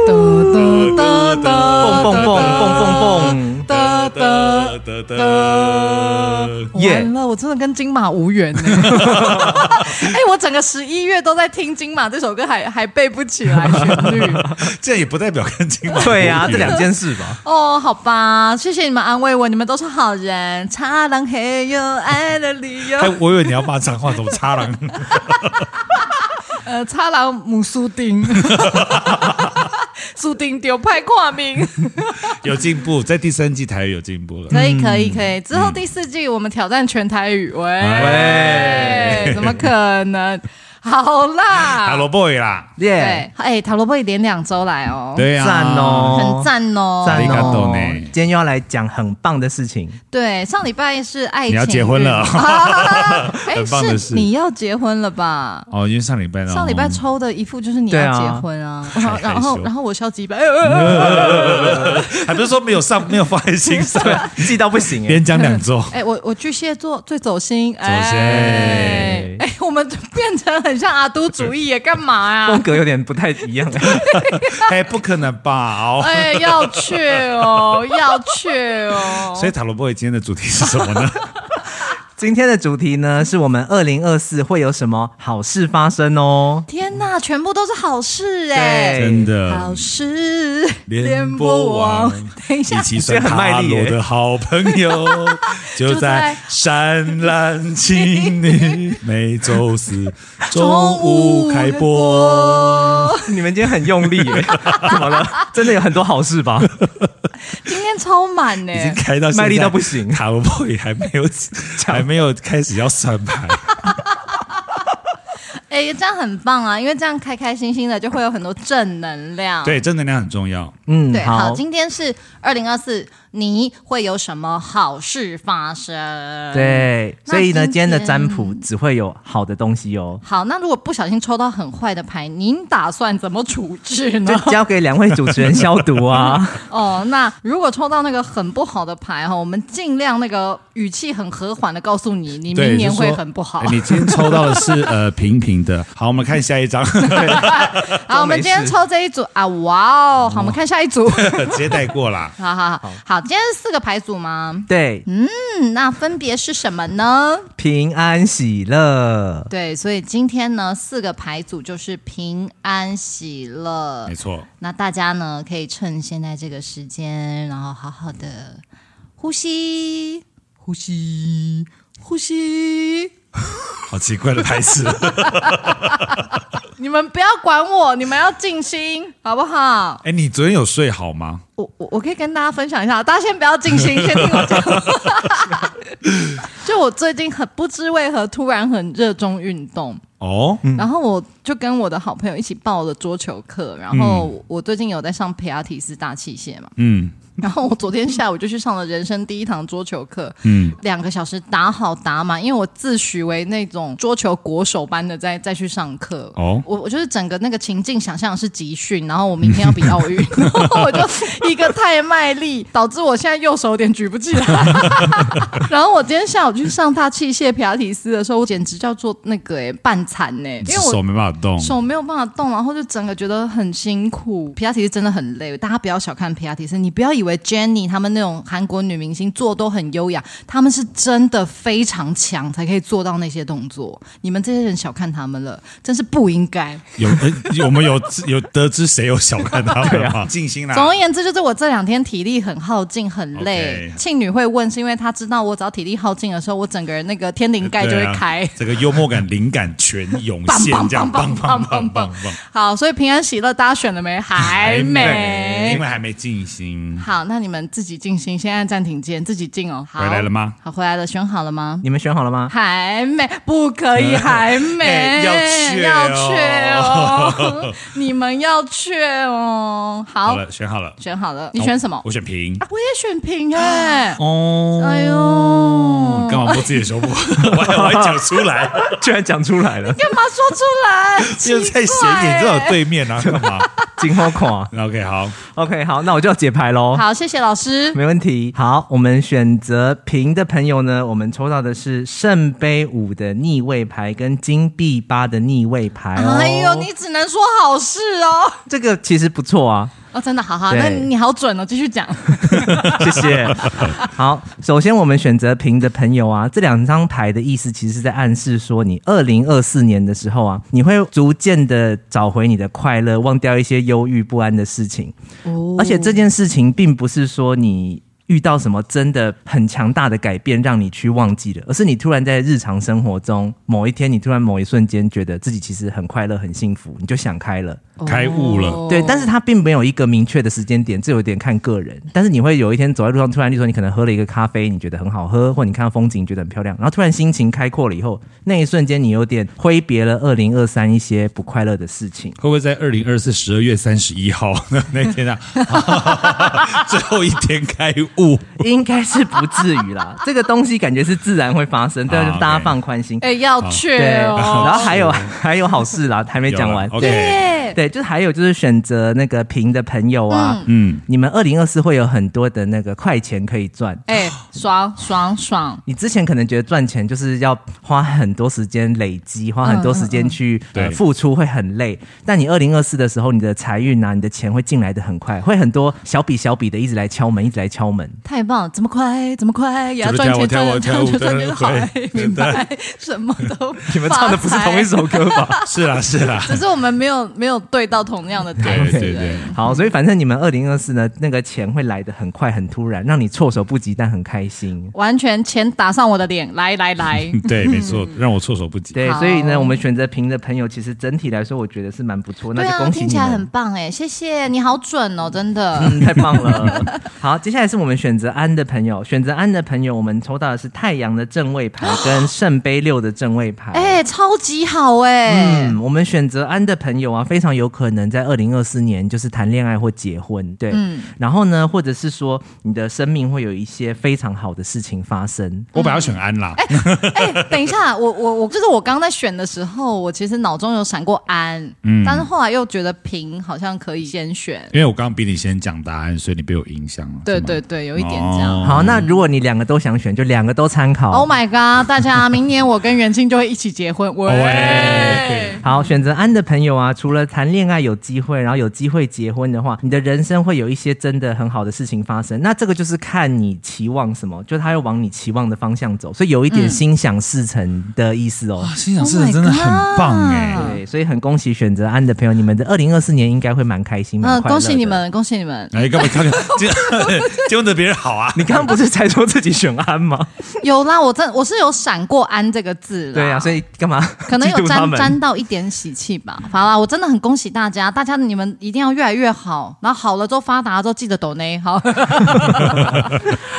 Speaker 3: 嘟嘟嘟嘟，
Speaker 5: 蹦蹦蹦蹦蹦蹦，
Speaker 3: 哒哒
Speaker 2: 得
Speaker 3: 哒。
Speaker 5: 耶
Speaker 3: 完了，我真的跟金马无缘呢。哎，我整个十一月都在听金马这首歌，还还背不起来旋律。
Speaker 2: 这也不代表跟金马
Speaker 5: 对呀、
Speaker 6: (laughs) 啊
Speaker 2: 无
Speaker 5: 这
Speaker 2: 缘
Speaker 5: 两件事吧。
Speaker 3: 哦，好吧，谢谢你们安慰我，你们都是好人。擦亮黑有爱的理由
Speaker 2: 哎，，我以为你要骂脏话，怎么插狼？
Speaker 3: 呃，擦亮母苏丁，苏丁丢派跨名。
Speaker 2: 有进步，在第三季台语有进步了。
Speaker 3: 可以可以可以，之后第四季我们挑战全台语，喂，
Speaker 2: 喂
Speaker 3: 怎么可能？好啦，
Speaker 2: 塔罗 boy 啦，
Speaker 3: 对，
Speaker 5: 耶、
Speaker 3: 哎、塔罗贝连两周来哦，
Speaker 2: 对呀，
Speaker 5: 赞，哦，
Speaker 3: 很，赞哦，
Speaker 5: 赞
Speaker 2: 阿里嘎
Speaker 5: 哦
Speaker 2: 多呢！
Speaker 5: 今天又要来讲很棒的事情，
Speaker 3: 对，上礼拜是爱情，
Speaker 2: 你要结婚
Speaker 3: (laughs)
Speaker 2: 了
Speaker 3: 啊，哎、
Speaker 2: 很棒的
Speaker 3: 是
Speaker 2: 事
Speaker 3: 你要结婚了吧？
Speaker 2: 哦，因为上礼拜呢，
Speaker 3: 上礼拜抽的一副就是你要
Speaker 5: 对啊
Speaker 3: 结婚啊，然后
Speaker 2: 太害羞嗯
Speaker 3: (laughs) 然后然后我消极吧，哎哎哎哎
Speaker 2: 还不是说没有上， (laughs) 没有放在心
Speaker 6: (laughs)
Speaker 5: (laughs)
Speaker 2: 上，
Speaker 5: 对，记到不行
Speaker 6: 欸
Speaker 5: (laughs) 哎、
Speaker 2: 连讲两周。
Speaker 3: 哎，我我巨蟹座最走心，走
Speaker 2: 心
Speaker 3: 哎，哎我们变成很像阿都主义耶，干嘛呀、
Speaker 5: 风格有点不太一样。
Speaker 2: (laughs) 哎，不可能吧？哦，
Speaker 3: 哎，要去哦，要去哦。
Speaker 2: (laughs) 所以塔罗 boy 今天的主题是什么呢？
Speaker 6: (laughs) 今天的主题呢，是我们二零二四会有什么好事发
Speaker 3: (laughs)
Speaker 6: 生哦？
Speaker 3: 天哪，全部都是好事哎、
Speaker 6: 对
Speaker 2: 真的
Speaker 3: 好事
Speaker 2: 联播网
Speaker 3: 等一
Speaker 2: 一
Speaker 3: 下，
Speaker 2: 起算塔罗的好朋友，就在山岚青女， (laughs) 每周四中午开播。
Speaker 6: 你们今天很用力
Speaker 3: (laughs)
Speaker 6: 耶，怎么了？真的有很多好事吧？
Speaker 3: 今天超满呢、
Speaker 2: 已经开到现在
Speaker 6: 卖力到不行
Speaker 2: 塔罗波也还没有还没有开始要算牌，
Speaker 3: 哎、这样很棒啊，因为这样开开心心的就会有很多正能量。
Speaker 2: 对，正能量很重要。
Speaker 6: 嗯，
Speaker 3: 对，好，
Speaker 6: 好，
Speaker 3: 今天是二零二四，你会有什么好事发生？。
Speaker 6: 对，所以呢，
Speaker 3: 那今
Speaker 6: 今天的
Speaker 3: 天
Speaker 6: 占卜只会有好的东西哦。
Speaker 3: 好，那如果不小心抽到很坏的牌，您打算怎么处置
Speaker 6: (laughs)
Speaker 3: 呢
Speaker 2: (laughs)
Speaker 6: 就？交给两位主持人消毒啊！
Speaker 3: (laughs) 哦，那如果抽到那个很不好的牌哈，我们尽量那个语气很和缓的告诉你，你
Speaker 2: 对，
Speaker 3: 明年
Speaker 2: 就说
Speaker 3: 会很不好
Speaker 2: 哎。你今天抽到的是呃平平的，好，我们看下一张，
Speaker 3: 好，我们今天抽这一组啊，哇哦，好，我们看下一 (laughs) 组。
Speaker 2: (laughs) 直接带过啦。
Speaker 3: 好好好，好，今天是四个牌组吗？
Speaker 6: 对，
Speaker 3: 嗯，那分别是什么呢？
Speaker 6: 平安喜乐，
Speaker 3: 对，所以今天呢，四个牌组就是平安喜乐
Speaker 2: 没。错，
Speaker 3: 那大家呢，可以趁现在这个时间，然后好好的呼吸，呼吸，呼吸。
Speaker 2: 好奇怪的牌子，
Speaker 3: 你们不要管我，你们要静心，好不好？
Speaker 2: 哎，你昨天有睡好吗？
Speaker 3: 我我我可以跟大家分享一下，大家先不要静心，先听我讲。就我最近很不知为何突然很热衷运动，
Speaker 2: 哦，
Speaker 3: 然后我就跟我的好朋友一起报了桌球课，然后我最近有在上皮亚提斯大器械嘛，
Speaker 2: 嗯
Speaker 3: 然后我昨天下午就去上了人生第一堂桌球课，
Speaker 2: 嗯，
Speaker 3: 两个小时打好打满，因为我自诩为那种桌球国手般的再再去上课。
Speaker 2: 哦
Speaker 3: 我我就是整个那个情境想象是集训，然后我明天要比奥运， (laughs) 然后我就一个太卖力，导致我现在右手有点举不起来。 (laughs) 然后我今天下午去上大器械皮亚提斯的时候，我简直叫做那个哎、半残呢、
Speaker 2: 你
Speaker 3: 因为我
Speaker 2: 手没办法动，
Speaker 3: 手没有办法动，然后就整个觉得很辛苦。皮亚提斯真的很累，大家不要小看皮亚提斯，你不要以为 Jenny 他们那种韩国女明星做都很优雅，他们是真的非常强才可以做到那些动作。你们这些人小看他们了，真是不应该。
Speaker 2: 有
Speaker 3: (laughs)
Speaker 2: 呃，我们有有得知谁有小看他们吗？静心啦，
Speaker 3: 总而言之，就是我这两天体力很耗尽，很累。
Speaker 2: OK
Speaker 3: 庆女会问，是因为她知道我只要体力耗尽的时候，我整个人那个天灵盖就会开。
Speaker 2: 对啊这个幽默感、灵感全涌现，这样棒棒棒棒棒，
Speaker 3: 好，所以平安喜乐，大家选了没？还没，
Speaker 2: 因为还没静心。
Speaker 3: 好，那你们自己静心，先按暂停键，自己静哦。好
Speaker 2: 回来了吗？
Speaker 3: 好，回来了，选好了吗？
Speaker 6: 你们选好
Speaker 3: (laughs)
Speaker 6: 了吗？
Speaker 3: 还没，不可以，还
Speaker 2: (laughs)
Speaker 3: 没，
Speaker 2: 哎要
Speaker 3: 要
Speaker 2: 确
Speaker 3: 确
Speaker 2: 哦
Speaker 3: 哦， (laughs) 你们要确哦。好
Speaker 2: 好，了，选好了，哦
Speaker 3: 选好了，你选什么？啊
Speaker 2: 我选平。。
Speaker 3: 我也选平哎
Speaker 2: 哦，
Speaker 3: 哎呦，哦
Speaker 2: 干嘛摸自己的胸
Speaker 3: (laughs)
Speaker 2: 部？我还我还讲出来，
Speaker 6: 居然讲出来了，
Speaker 3: 干嘛说出来？
Speaker 2: (laughs) 又在显眼，
Speaker 3: 奇
Speaker 2: 这
Speaker 3: 怪欸
Speaker 2: 种对面啊，干嘛
Speaker 6: 今后款。
Speaker 2: ？OK，好，
Speaker 6: OK，好，那我就要解牌喽。
Speaker 3: 好，谢谢老师。
Speaker 6: 没问题。好，我们选择平的朋友呢，我们抽到的是圣杯五的逆位牌跟金币八的逆位牌哦。
Speaker 3: 哎呦，你只能说好事哦。
Speaker 6: 这个其实不错啊，
Speaker 3: 哦，真的，好好，
Speaker 6: 对
Speaker 3: 那你好准哦，继续讲。
Speaker 6: (laughs) 谢谢。好，首先我们选择平的朋友啊，这两张牌的意思其实是在暗示说，你二零二四年的时候啊，你会逐渐的找回你的快乐，忘掉一些忧郁不安的事情。而且这件事情并不是说你。遇到什么真的很强大的改变让你去忘记了，而是你突然在日常生活中某一天，你突然某一瞬间觉得自己其实很快乐、很幸福，你就想开了。
Speaker 2: 开悟了，
Speaker 3: 哦
Speaker 6: 对，但是它并没有一个明确的时间点，这有点看个人。但是你会有一天走在路上，突然就说你可能喝了一个咖啡，你觉得很好喝，或你看到风景觉得很漂亮，然后突然心情开阔了以后，那一瞬间你有点挥别了二零二三一些不快乐的事情。
Speaker 2: 会不会在二零二四十二月三十一号那天
Speaker 3: (laughs)
Speaker 2: 啊，最后一天开悟？
Speaker 6: 应该是不至于啦，这个东西感觉是自然会发生，对，
Speaker 2: 啊
Speaker 6: 就大家
Speaker 2: OK
Speaker 6: 放宽心。
Speaker 3: 哎，要
Speaker 6: 对，
Speaker 3: 确
Speaker 6: 然
Speaker 3: 哦。
Speaker 2: (laughs)
Speaker 6: 后还有还有好事啦，还没讲完
Speaker 2: 有。了啊
Speaker 3: 耶
Speaker 2: ，OK，
Speaker 3: 哎对
Speaker 6: 对，就是还有就是选择那个平的朋友啊，
Speaker 2: 嗯，
Speaker 6: 你们二零二四会有很多的那个快钱可以赚。
Speaker 3: 哎、爽爽爽，
Speaker 6: 你之前可能觉得赚钱就是要花很多时间累积，花很多时间去、
Speaker 2: 嗯
Speaker 6: 呃、
Speaker 2: 对
Speaker 6: 付出，会很累。但你二零二四的时候，你的财运啊，你的钱会进来的很快，会很多小笔小笔的一直来敲门，一直来敲门。
Speaker 3: 太棒了！怎么快？怎么快？也要
Speaker 2: 怎么跳
Speaker 3: 赚钱，赚
Speaker 2: 我
Speaker 3: 钱，
Speaker 2: 跳
Speaker 3: 赚
Speaker 2: 我
Speaker 3: 钱，
Speaker 2: 跳
Speaker 3: 赚
Speaker 2: 我
Speaker 3: 钱，
Speaker 2: 跳
Speaker 3: (laughs) 好哎
Speaker 2: 我，
Speaker 3: 明白？什么都
Speaker 6: 你们唱的不是同一首歌吧？
Speaker 2: 是啦是啦，
Speaker 3: 只是我们没有没有对到同样的台
Speaker 2: 对
Speaker 3: 词。
Speaker 2: 对对，
Speaker 6: 好，所以反正你们二零二四呢，那个钱会来的很快很突然，让你措手不及，但很开心。
Speaker 3: 完全钱打上我的脸，来来来，
Speaker 2: 嗯对，没错，
Speaker 3: 嗯
Speaker 2: 让我措手不及。
Speaker 6: 对，
Speaker 3: 好
Speaker 6: 所以呢，我们选择平的朋友，其实整体来说，我觉得是蛮不错。 (laughs) 那
Speaker 3: 对
Speaker 6: 就
Speaker 3: 啊，
Speaker 6: 恭喜
Speaker 3: 听
Speaker 6: 你
Speaker 3: 起来很
Speaker 6: 们，
Speaker 3: 棒哎，谢谢你好准哦，真的。
Speaker 6: 嗯太棒了。 (laughs) 好，接下来是我们选择安的朋友，选择安的朋友，我们抽到的是太阳的正位牌跟圣杯六的正位牌。
Speaker 3: 哎、超级好哎、
Speaker 6: 嗯，我们选择安的朋友啊，非常有可能在二零二四年就是谈恋爱或结婚，对，
Speaker 3: 嗯
Speaker 6: 然后呢，或者是说你的生命会有一些非常好的事情发生，
Speaker 2: 我本来要选安啦，
Speaker 3: 哎、等一下，我我我就是我刚在选的时候，我其实脑中有闪过安，
Speaker 6: 嗯
Speaker 3: 但是后来又觉得平好像可以先选，
Speaker 2: 因为我刚刚比你先讲答案，所以你被我影响了。
Speaker 3: 对
Speaker 2: 是吗
Speaker 3: 对，对，有一点这样。
Speaker 2: 哦
Speaker 6: 好，那如果你两个都想选，就两个都参考。
Speaker 3: Oh my god！大家明年我跟元庆就会一起结
Speaker 6: (laughs) 哦
Speaker 3: 婚，喂，
Speaker 2: 喂
Speaker 6: 好，选择安的朋友啊，除了谈恋爱有机会，然后有机会结婚的话，你的人生会有一些真的很好的事情发生。那这个就是看你期望什么，就他要往你期望的方向走，所以有一点心想事成的意思哦。
Speaker 2: 哇，心想事成真的很
Speaker 3: Oh
Speaker 2: 棒哎，！
Speaker 6: 对，所以很恭喜选择安的朋友，你们的二零二四年应该会蛮开心，蛮
Speaker 3: 嗯，
Speaker 6: 快乐
Speaker 3: 恭
Speaker 6: 的
Speaker 3: 喜你！们，恭喜你们
Speaker 2: 哎，干嘛看看
Speaker 3: (laughs)
Speaker 2: 结结婚的别人好啊？
Speaker 6: 你刚刚不是才说自己选安
Speaker 3: (laughs)
Speaker 6: 吗？
Speaker 3: 有啦，我真我是有闪过“安”这个字啦，
Speaker 6: 对啊，所以干嘛？
Speaker 3: 可能有
Speaker 6: 嫉妒他
Speaker 3: 沾
Speaker 6: 们
Speaker 3: 沾到一点喜气吧。好啦，我真的很恭喜大家，大家你们一定要越来越好，然后好了之后发达了之后记得抖内好。
Speaker 6: 哎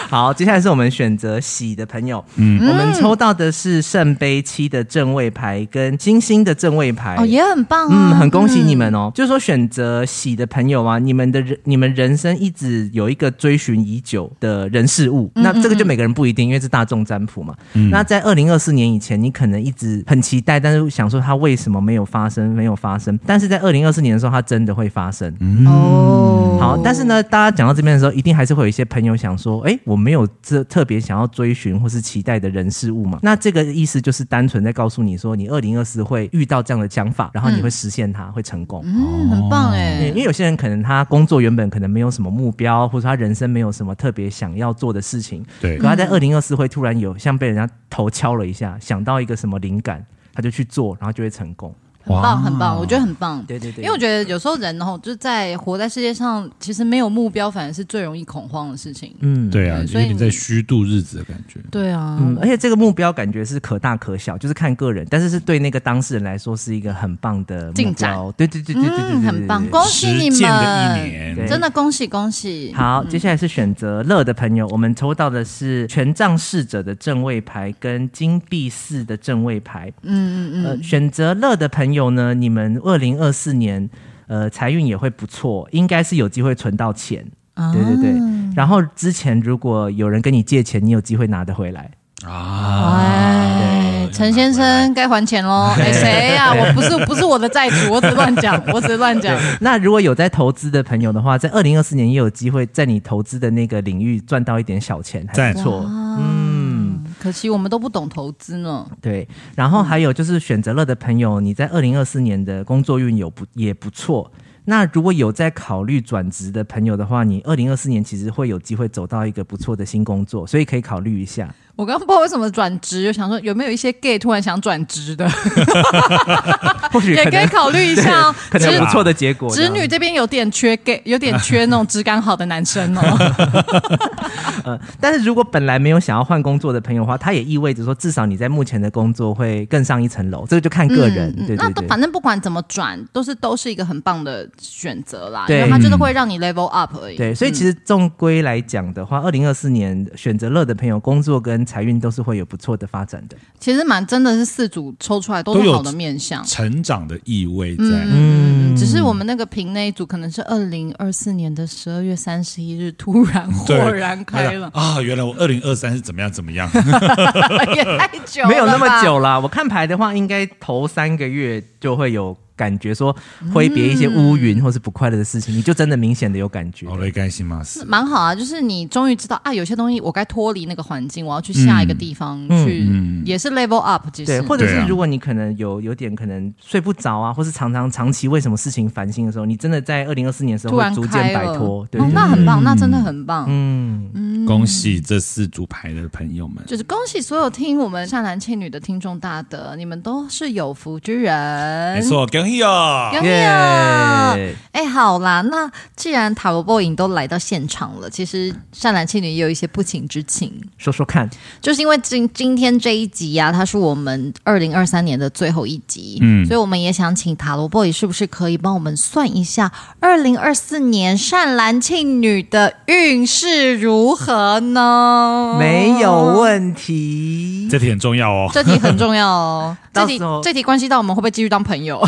Speaker 6: 好，接下来是我们选择喜的朋友，嗯，我们抽到的是圣杯七的正位牌跟星星的正位牌，
Speaker 3: 哦，也很棒啊，
Speaker 6: 嗯，很恭喜你们哦！就是说，选择喜的朋友啊，你们的人，你们人生一直有一个追寻已久的人事物。那这个就每个人不一定，因为是大众占卜嘛。那在二零二四年以前，你可能一直很期待，但是想说它为什么没有发生，没有发生。但是在二零二四年的时候，它真的会发生。
Speaker 3: 哦。
Speaker 6: 好，但是呢，大家讲到这边的时候，一定还是会有一些朋友想说，哎、我没有这特别想要追寻或是期待的人事物嘛。那这个意思就是单纯在告诉你说，你二零二四会遇到这样的想法，然后你会实现它，会成功。哦
Speaker 3: 嗯，很棒哎、
Speaker 6: 因为有些人可能他工作原本可能没有什么目标，或者他人生没有什么特别想要做的事情，
Speaker 2: 对
Speaker 6: 可他在二零二四会突然有像被人家头敲了一下，想到一个什么灵感，他就去做，然后就会成功。
Speaker 3: 很棒，很棒，我觉得很棒。
Speaker 6: 对对对
Speaker 3: 因为我觉得有时候人哦，就是在活在世界上，其实没有目标，反而是最容易恐慌的事情。
Speaker 6: 嗯，
Speaker 2: 对啊，
Speaker 3: 对
Speaker 2: 有
Speaker 3: 所以
Speaker 2: 点在虚度日子的感觉。
Speaker 3: 对啊，
Speaker 6: 嗯，而且这个目标感觉是可大可小，就是看个人，但是是对那个当事人来说是一个很棒的目标
Speaker 3: 进展。
Speaker 6: 对对对对对对对
Speaker 3: 嗯，很棒，
Speaker 6: 对
Speaker 3: 恭喜
Speaker 2: 实
Speaker 3: 你
Speaker 2: 践的一
Speaker 3: 们，
Speaker 2: 年
Speaker 6: 对，
Speaker 3: 真的恭喜恭喜！
Speaker 6: 好，接下来是选择乐的朋友，我们抽到的是权杖侍者的正位牌跟金币四的正位牌。
Speaker 3: 嗯嗯嗯，
Speaker 6: 呃，选择乐的朋友呢，你们二零二四年呃财运也会不错，应该是有机会存到钱。
Speaker 3: 啊
Speaker 6: 对对对，然后之前如果有人跟你借钱，你有机会拿得回来。
Speaker 2: 啊
Speaker 3: 哎，陈先生该还钱
Speaker 6: (laughs)
Speaker 3: 喽！哎，谁呀？我不是不是我的债主，我只是乱讲，我只是乱讲。
Speaker 6: (laughs) 那如果有在投资的朋友的话，在二零二四年也有机会在你投资的那个领域赚到一点小钱，还
Speaker 2: 赞
Speaker 6: 不错。
Speaker 3: 啊
Speaker 6: 嗯
Speaker 3: 可惜我们都不懂投资呢。
Speaker 6: 对，然后还有就是选择乐的朋友，你在二零二四年的工作运有不也不错。那如果有在考虑转职的朋友的话，你二零二四年其实会有机会走到一个不错的新工作，所以可以考虑一下。
Speaker 3: 我刚刚不知道为什么转职，就想说有没有一些 gay 突然想转职
Speaker 6: (laughs)
Speaker 3: 的，
Speaker 6: (laughs) 或许
Speaker 3: 也
Speaker 6: 可
Speaker 3: 可以
Speaker 6: 能
Speaker 3: 考虑一下
Speaker 6: (laughs)
Speaker 3: 哦。
Speaker 6: 可能有不
Speaker 3: 直
Speaker 6: 错的结果。
Speaker 3: 直女这边有点缺 gay，有点缺那种质感好的男
Speaker 6: (laughs)
Speaker 3: 生哦。
Speaker 6: 呃，但是如果本来没有想要换工作的朋友的话，它也意味着说，至少你在目前的工作会更上一层楼。这个就看个人，
Speaker 3: 嗯嗯
Speaker 6: 对
Speaker 3: 那
Speaker 6: 对
Speaker 3: 都
Speaker 6: 对。
Speaker 3: 反正不管怎么转，都是都是一个很棒的选择啦，因
Speaker 6: 对嗯
Speaker 3: 为它就是会让你 level up 而已。
Speaker 6: 对，所以其实纵归来讲的话，二零二四年选择乐的朋友，工作跟财运都是会有不错的发展的。
Speaker 3: 其实蛮真的是四组抽出来都
Speaker 2: 都
Speaker 3: 是
Speaker 2: 有
Speaker 3: 好的面相。
Speaker 2: 成长的意味在。
Speaker 3: 嗯，只是我们那个屏那一组可能是二零二四年的十二月三十一日突然
Speaker 2: 对
Speaker 3: 豁然
Speaker 6: 嗯
Speaker 3: 开朗，
Speaker 2: 啊！原来我二零二三是怎么样怎么样，
Speaker 3: 也太久了吧
Speaker 6: 哎没有那么久。啦，我看牌的话，应该头三个月就会有感觉说挥别一些乌
Speaker 3: 嗯
Speaker 6: 云或是不快乐的事情，你就真的明显的有感觉。
Speaker 2: 好嘞，该行吗？是
Speaker 3: 蛮好啊，就是你终于知道啊，有些东西我该脱离那个环境，我要去下一个地方、去、也是 level up，其
Speaker 6: 嗯对，
Speaker 3: 实
Speaker 6: 或者
Speaker 2: 对
Speaker 6: 是
Speaker 2: 啊
Speaker 6: 如果你可能有有点可能睡不着啊，或是常常长期为什么事情烦心的时候，你真的在二零二四年的时候
Speaker 3: 突
Speaker 6: 会
Speaker 3: 然
Speaker 6: 逐
Speaker 3: 开
Speaker 6: 渐
Speaker 3: 了，
Speaker 6: 摆脱，对
Speaker 3: 哦
Speaker 6: 对，
Speaker 3: 那很棒，那真的很棒。
Speaker 6: 嗯，
Speaker 2: 恭喜这四组牌的朋友们。
Speaker 3: 就是恭喜所有听我们善男信女的听众大德，你们都是有福之人
Speaker 2: 没。错，恭喜哦！
Speaker 3: 有没
Speaker 6: 耶、
Speaker 3: 有？哎，好啦，那既然塔罗波影都来到现场了，其实善男信女也有一些不情之请，
Speaker 6: 说说看，
Speaker 3: 就是因为今今天这一集啊，它是我们二零二三年的最后一集，
Speaker 2: 嗯
Speaker 3: 所以我们也想请塔罗 boy 是不是可以帮我们算一下二零二四年善男信女的运势如何呢？
Speaker 6: 没有
Speaker 3: 哦
Speaker 6: 啊问题。
Speaker 2: 这题很重要哦。
Speaker 3: 这题很重要哦，这
Speaker 6: (laughs) 到
Speaker 3: 题
Speaker 6: 时候
Speaker 3: 这题关系到我们会不会继续当朋友。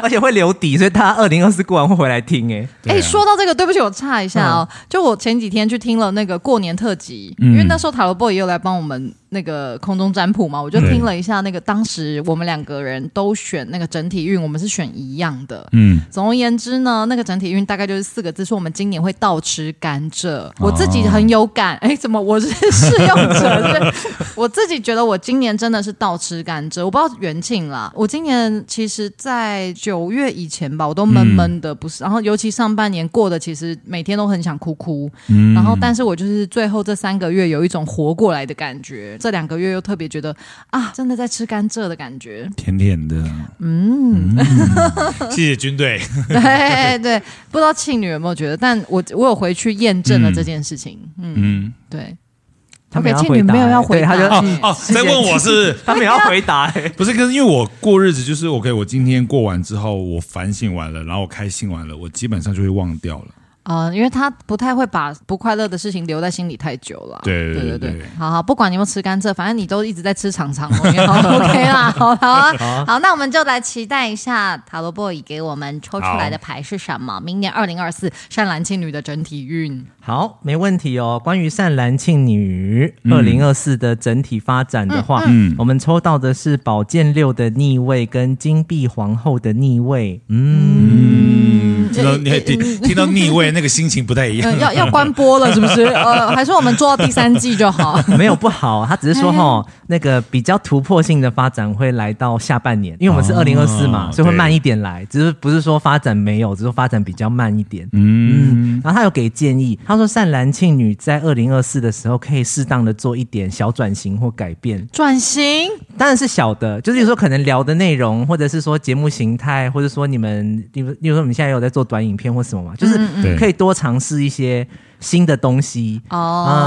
Speaker 6: 而且会留底，所以他二零二四过完会回来听、欸。
Speaker 3: 哎、
Speaker 2: 对啊嗯
Speaker 3: 说到这个，对不起，我岔一下哦。就我前几天去听了那个过年特辑，因为那时候塔罗 boy 也有来帮我们那个空中占卜嘛，我就
Speaker 2: 对
Speaker 3: 听了一下那个当时我们两个人都选那个整体运，我们是选一样的。
Speaker 2: 嗯，
Speaker 3: 总而言之呢，那个整体运大概就是四个字，说我们今年会倒吃甘蔗。我自己很有感， (laughs) 哎、怎么我是试用者？ (laughs) 是我自己觉得我今年真的是倒吃甘蔗。我不知道元庆啦，我今年其实，在九月以前吧，我都闷闷的，不是。然后尤其上半年过的，其实每天都很想哭哭。然后，但是我就是最后这三个月有一种活过来的感觉，这两个月又特别觉得啊，真的在吃甘蔗的感觉。
Speaker 2: 甜甜的。嗯， (laughs) 谢谢军队。
Speaker 3: (laughs) 对哎对，不知道庆女有没有觉得，但我我有回去验证了这件事情。嗯，
Speaker 2: 嗯，
Speaker 3: 对，
Speaker 6: 他
Speaker 3: OK，
Speaker 6: 们要
Speaker 3: 庆女
Speaker 6: 回答、欸
Speaker 3: 没有要回答，嗯
Speaker 6: 对他就
Speaker 3: 对
Speaker 2: 哦，在问我是不是
Speaker 6: 他们要回答、欸，
Speaker 2: 不是？可是因为我过日子就是我 k 我今天过完之后，我反省完了，然后我开心完了，我基本上就会忘掉了。
Speaker 3: 呃，因为他不太会把不快乐的事情留在心里太久了。
Speaker 2: 对
Speaker 3: 对
Speaker 2: 对
Speaker 3: 对
Speaker 2: 对
Speaker 3: 对
Speaker 2: 对，
Speaker 3: 好好，不管你有没有吃甘蔗，反正你都一直在吃肠肠哦。你好 OK 啦，好好啊，
Speaker 7: 好，那我们就来期待一下塔罗 boy 给我们抽出来的牌是什么？明年二零二四善男信女的整体运，
Speaker 6: 好，没问题哦。关于善男信女
Speaker 2: 嗯
Speaker 6: 二零二四的整体发展的话，我们抽到的是宝剑六的逆位跟金币皇后的逆位。嗯，
Speaker 2: 听到你听听到逆位那个心情不太一
Speaker 3: (laughs)
Speaker 2: 样。
Speaker 3: 嗯，要要关播了是不是？呃，还是我们做到第三季就好。 (laughs)
Speaker 2: 嗯
Speaker 6: 没有不好，他只是说哈，那个比较突破性的发展会来到下半年，因为我们是
Speaker 2: 哦
Speaker 6: 二零二四嘛，所以会
Speaker 2: 对
Speaker 6: 慢一点来。只是不是说发展没有，只是说发展比较慢一点。
Speaker 2: 嗯，
Speaker 6: 然后他有给建议，他说善男信女在二零二四的时候可以适当的做一点小转型或改变，
Speaker 3: 转型
Speaker 6: 当然是小的，就是有时候可能聊的内容，或者是说节目形态，或者说你们，例如例如说你们现在有在做短影片或什么
Speaker 3: 嗯
Speaker 6: 嘛，就是
Speaker 2: 对
Speaker 6: 可以多尝试一些新的东西，啊、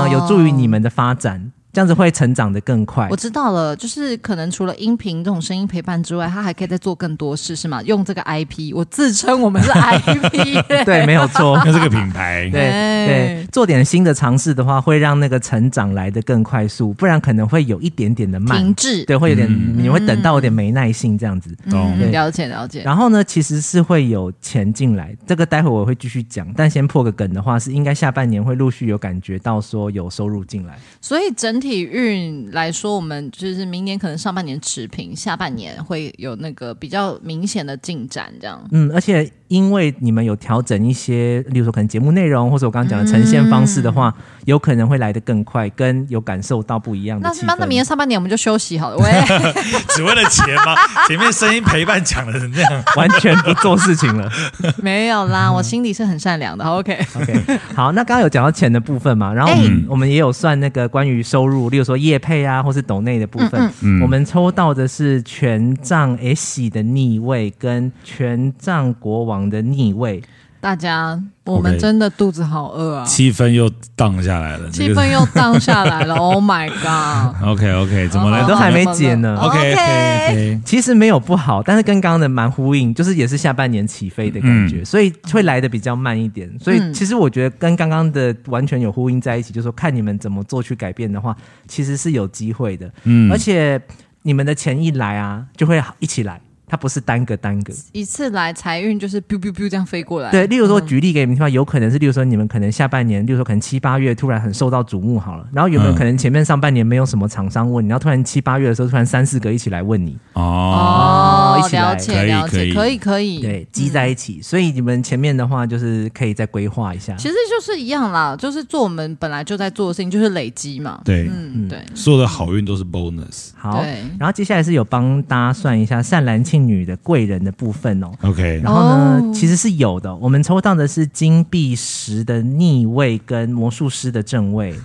Speaker 3: 哦，
Speaker 6: 有助于你们的发展，这样子会成长的更快
Speaker 3: 我。知道了，就是可能除了音频这种声音陪伴之外，他还可以再做更多事，是吗？用这个 IP，我自称我们是 IP，
Speaker 6: 对，没有
Speaker 2: (laughs)
Speaker 6: 错。
Speaker 2: 那这个品牌，
Speaker 6: 对
Speaker 3: 嗯
Speaker 6: 对，做点新的尝试的话，会让那个成长来得更快速，不然可能会有一点点的慢
Speaker 3: 停，滞。
Speaker 6: 对，会有点、你会等到有点没耐性这样子。
Speaker 2: 嗯懂
Speaker 3: 嗯，
Speaker 6: 对
Speaker 3: 了解了解。
Speaker 6: 然后呢，其实是会有钱进来，这个待会我会继续讲。但先破个梗的话，是应该下半年会陆续有感觉到说有收入进来。
Speaker 3: 所以整体运来说，我们就是明年可能上半年持平，下半年会有那个比较明显的进展，这样。
Speaker 6: 嗯，而且因为你们有调整一些，例如说可能节目内容，或者我刚刚讲的呈现方式的话，
Speaker 3: 嗯
Speaker 6: 有可能会来得更快，跟有感受到不一样的
Speaker 3: 那
Speaker 6: 气
Speaker 3: 那那明年
Speaker 6: 氛。
Speaker 3: 上半年我们就休息好了。喂，
Speaker 2: (laughs) 只为了钱吗？前面声音陪伴讲的成这
Speaker 6: (laughs)
Speaker 2: 样，
Speaker 3: (laughs)
Speaker 6: 完全不做事情了。
Speaker 3: 没有啦，我心里是很善良的。好 OK，
Speaker 6: OK，好，那刚刚有讲到钱的部分嘛，然后我们,、我们也有算那个关于收入，例如说业配啊，或是抖内的部分。我们抽到的是权杖 S 的逆位跟权杖国王的逆位，
Speaker 3: 大家，我们
Speaker 2: OK
Speaker 3: 真的肚子好饿啊，
Speaker 2: 气氛又荡下来了。
Speaker 3: 气氛又荡下来了。oh my god！
Speaker 2: OK OK，怎么
Speaker 3: 哦
Speaker 2: 了
Speaker 6: 都还没解呢。
Speaker 3: 哦
Speaker 2: OK OK OK，
Speaker 6: 其实没有不好，但是跟刚刚的蛮呼应，就是也是下半年起飞的感觉，所以会来的比较慢一点。所以其实我觉得跟刚刚的完全有呼应在一起，就是说看你们怎么做去改变的话，其实是有机会的。嗯，而且你们的钱一来啊，就会一起来。它不是单个单个。
Speaker 3: 一次来财运就是 biu biu biu 这样飞过来。
Speaker 6: 对，例如说举例给你们听吧，有可能是，例如说你们可能下半年，例如说可能七八月突然很受到瞩目好了，然后有没有
Speaker 2: 嗯
Speaker 6: 可能前面上半年没有什么厂商问你，然后突然七八月的时候，突然三四个一起来问你，
Speaker 2: 哦，
Speaker 3: 哦
Speaker 6: 一，起来
Speaker 3: 了解了
Speaker 2: 可以
Speaker 3: 解，
Speaker 2: 可
Speaker 3: 可以可以。
Speaker 6: 对，积
Speaker 3: 嗯
Speaker 6: 在一起，所以你们前面的话就是可以再规划一下。
Speaker 3: 其实就是一样啦，就是做我们本来就在做的事情，就是累积嘛。
Speaker 2: 对，
Speaker 3: 嗯，对，
Speaker 2: 所有的好运都是 bonus。
Speaker 6: 好
Speaker 3: 对，
Speaker 6: 然后接下来是有帮大家算一下善男信女的贵人的部分哦。
Speaker 2: OK，
Speaker 6: 然后呢，
Speaker 3: 哦
Speaker 6: 其实是有的。我们抽到的是金币十的逆位跟魔术师的正位，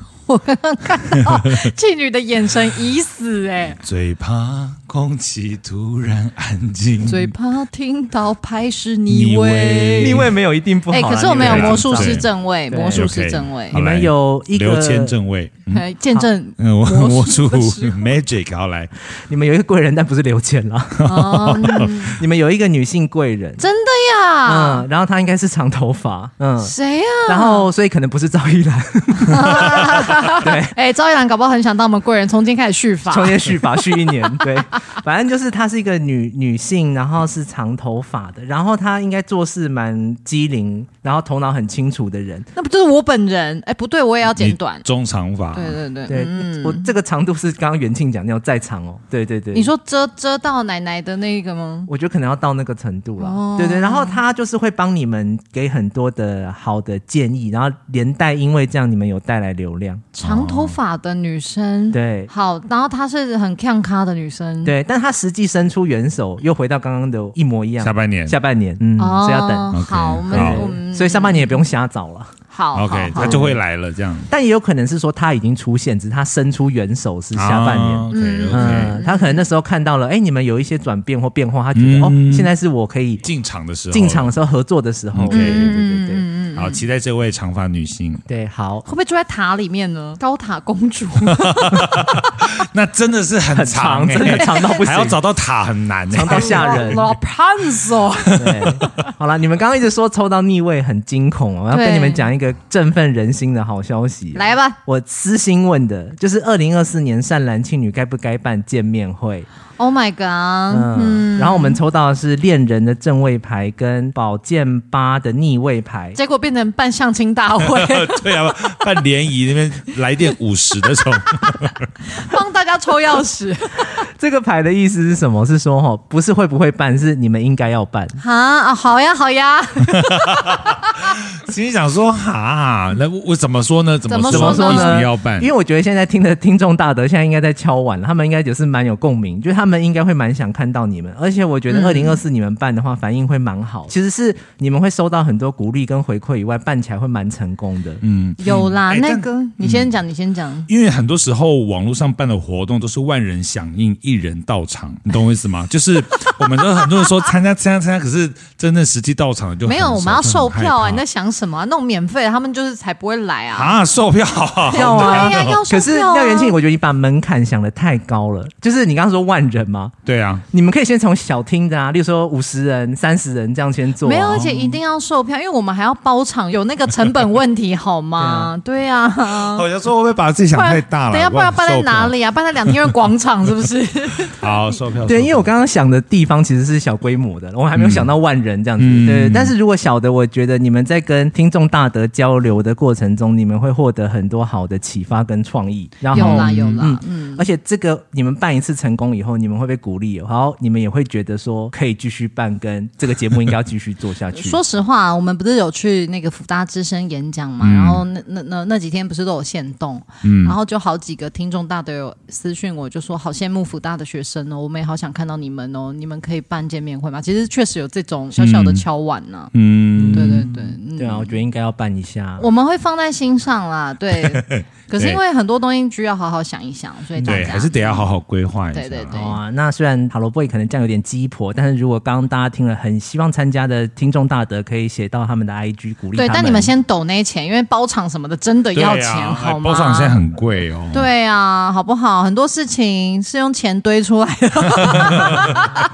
Speaker 3: 妓女的眼神已死哎、
Speaker 2: 最怕空气突然安静，
Speaker 3: 最怕听到拍是
Speaker 2: 逆
Speaker 3: 逆位。
Speaker 2: 逆位
Speaker 6: 没有一定不
Speaker 2: 啊
Speaker 3: 哎、可是我们有魔术师正位，
Speaker 6: 对
Speaker 3: 魔术师正位
Speaker 2: 好，
Speaker 6: 你们
Speaker 2: 来
Speaker 6: 有一个
Speaker 2: 刘谦正位，嗯
Speaker 3: 哎见证
Speaker 2: 嗯，我 (laughs) 魔
Speaker 3: 魔
Speaker 2: 术
Speaker 3: 术的时候
Speaker 2: magic 好来，
Speaker 6: 你们有一个贵人，但不是刘谦啦。
Speaker 3: 哦，
Speaker 6: (laughs) 你们有一个女性贵人，
Speaker 3: 真的呀？
Speaker 6: 嗯，然后她应该是长头发，嗯，
Speaker 3: 谁呀、
Speaker 6: 然后所以可能不是赵一
Speaker 3: (laughs)
Speaker 6: 兰， (laughs)
Speaker 3: 哎、赵一兰搞不好很想当我们贵人，从今天开始续法。
Speaker 6: 重新续发续一年，
Speaker 3: (laughs)
Speaker 6: 对，反正就是她是一个女女性，然后是长头发的，然后她应该做事蛮机灵，然后头脑很清楚的人。
Speaker 3: 那不就是我本人？哎、不对，我也要
Speaker 2: 你
Speaker 3: 剪短。
Speaker 2: 中长发，
Speaker 3: 对对对，
Speaker 6: 对，
Speaker 3: 嗯
Speaker 6: 我这个长度是刚刚元庆讲那种再长哦，对对对，
Speaker 3: 你说遮遮到奶奶的那个吗？
Speaker 6: 我觉得可能要到那个程度了，
Speaker 3: 哦
Speaker 6: 对对。然后他就是会帮你们给很多的好的建议，然后连带因为这样你们有带来流量，
Speaker 3: 长头发的女生，
Speaker 6: 哦对
Speaker 3: 好，然后她是很看咖的女生，，
Speaker 6: 对。但他实际伸出援手，又回到刚刚的一模一样。
Speaker 2: 下半年
Speaker 6: 下半年，嗯，
Speaker 3: 哦，嗯
Speaker 6: 所以要等。
Speaker 2: OK，
Speaker 3: 好，我们
Speaker 2: 好
Speaker 3: 我
Speaker 6: 对，
Speaker 3: 们
Speaker 6: 所以上半年也不用瞎找了，
Speaker 3: 好好
Speaker 2: ，OK，
Speaker 3: 好
Speaker 2: 他就会来了，这样
Speaker 6: 但也有可能是说他已经出现，只是他伸出援手是下半年，
Speaker 2: ，OK
Speaker 6: 嗯，
Speaker 2: 哦 OK，
Speaker 6: 他可能那时候看到了，哎，你们有一些转变或变化，他觉得、
Speaker 2: 嗯
Speaker 6: 哦，现在是我可以
Speaker 2: 进场的时候，
Speaker 6: 进场的时候合作的时候，
Speaker 2: OK
Speaker 6: 对
Speaker 2: 嗯
Speaker 6: 对对对对，
Speaker 3: 嗯
Speaker 2: 好，期待这位长发女性，
Speaker 6: 对，好
Speaker 3: 会，不会住在塔里面呢？高塔公
Speaker 2: (laughs)
Speaker 3: 主
Speaker 2: 那真的是很
Speaker 6: 很
Speaker 2: 长
Speaker 6: 长，
Speaker 2: 欸，
Speaker 6: 真的长到不行，
Speaker 2: 还要找到塔很难欸，
Speaker 6: 长
Speaker 3: 哎
Speaker 6: 到
Speaker 3: (laughs)
Speaker 6: 吓
Speaker 2: (laughs)
Speaker 6: 人。
Speaker 3: Rapunzel，
Speaker 6: 对，好了，你们刚刚一直说抽到逆位很惊恐哦，我要跟
Speaker 3: 对
Speaker 6: 你们讲一个振奋人心的好消息。，
Speaker 3: 来啊吧，
Speaker 6: 我私心问的就是二零二四年善男信女该不该办见面会？
Speaker 3: Oh my god！
Speaker 6: 嗯，然后我们抽到的是恋人的正位牌跟宝剑八的逆位牌。
Speaker 3: 结果变成办相亲
Speaker 2: (laughs)
Speaker 3: 大会，
Speaker 2: 对啊，办联谊那边来电五十那种，
Speaker 3: 帮大家抽钥匙。
Speaker 6: 这个牌的意思是什么？是说哦，不是会不会办，是你们应该要办。
Speaker 3: 哈啊，好呀，好呀，
Speaker 2: 嗯心里想说哈，那我我怎么说呢？怎
Speaker 3: 怎么
Speaker 6: 怎么
Speaker 2: 说
Speaker 6: 说
Speaker 2: 为什
Speaker 6: 呢？
Speaker 2: 么要办
Speaker 6: 因？为我觉得现在听的听众大德现在应该在敲碗了，他们应该也是蛮有共鸣，就是他们应该会蛮想看到你们，而且我觉
Speaker 3: 嗯
Speaker 6: 得二零二四你们办的话反应会蛮好，其实是你们会收到很多鼓励跟回馈以外，办起来会蛮成功的。嗯，
Speaker 3: 有啦，
Speaker 2: 哎
Speaker 3: 那
Speaker 2: 但嗯
Speaker 3: 个你先讲，你先讲。
Speaker 2: 因为很多时候网络上办的活动都是万人响应，一人到场，你懂我意思吗？ (laughs) 就是我们都很多人说参加参加参加，可是真正实际到场的就很
Speaker 3: 没有，
Speaker 2: 少
Speaker 3: 我们要售票啊！
Speaker 2: 就很
Speaker 3: 你
Speaker 2: 害
Speaker 3: 在想什么啊？弄免费，他们就是才不会来
Speaker 2: 怕
Speaker 3: 啊！
Speaker 2: (laughs) 啊售
Speaker 3: (laughs)
Speaker 2: 票啊
Speaker 6: 要啊
Speaker 3: 对呀，要售
Speaker 6: 可是
Speaker 3: 票啊
Speaker 6: 廖元庆，我觉得你把门槛想的太高了，就是你刚刚说万人嘛，
Speaker 2: 对啊，
Speaker 6: 你们可以先从小厅的啊，例如说五十人、三十人这样先做、啊。
Speaker 3: 没有，而且一定要售票，因为我们还要包场，有那个成本问题，好吗？对呀，
Speaker 2: (laughs) 我就说会不会把自己想
Speaker 3: 不然
Speaker 2: 太大了？
Speaker 3: 等一下，不然
Speaker 2: 好好
Speaker 3: 办在
Speaker 2: 售票
Speaker 3: 哪？里啊？办在两厅院广场是不
Speaker 2: (laughs)
Speaker 3: 是？
Speaker 2: 好，售票
Speaker 6: 对，
Speaker 2: 售
Speaker 6: 因为
Speaker 2: 票
Speaker 6: 我刚刚想的地方其实是小规模的，我还没有想到万人这样子。
Speaker 2: 嗯
Speaker 6: 对，但是如果小的，我觉得你们在跟听众大德交流的过程中，你们会获得很多好的启发跟创意。然后
Speaker 3: 有啦有啦，嗯，
Speaker 6: 而且这个你们办一次成功以后，你们会被鼓励哦，然后你们也会觉得说可以继续办，跟这个节目应该要继续做下去。
Speaker 3: 说实话，我们不是有去那个福大之声演讲嘛？
Speaker 2: 嗯
Speaker 3: 然后那那那那几天不是都有限动，然后就好几个听众大都有私讯我，就说好羡慕福大的学生哦，我们也好想看到你们哦，你们可以办见面会吗？其实确实有这种小小的敲碗呐、
Speaker 2: 嗯，
Speaker 3: 对对对，嗯
Speaker 6: 对啊，我觉得应该要办一下。
Speaker 3: 我们会放在心
Speaker 2: (laughs)
Speaker 3: 上啦，对。可是因为很多东西需要好好想一想，所以大
Speaker 2: 对，
Speaker 3: 家
Speaker 2: 还是得要好好规划一下。
Speaker 3: 对对对
Speaker 6: 好啊，那虽然塔罗 boy 可能这样有点鸡婆，但是如果刚刚大家听了，很希望参加的听众大德可以写到他们的 IG 鼓励
Speaker 3: 对，
Speaker 6: 他
Speaker 3: 但你们先抖那钱，因为包场什么的真的
Speaker 2: 对
Speaker 3: 要
Speaker 2: 啊
Speaker 3: 钱，好吗？
Speaker 2: 包场现在很贵哦。
Speaker 3: 对啊，好不好？很多事情是用钱堆出来的。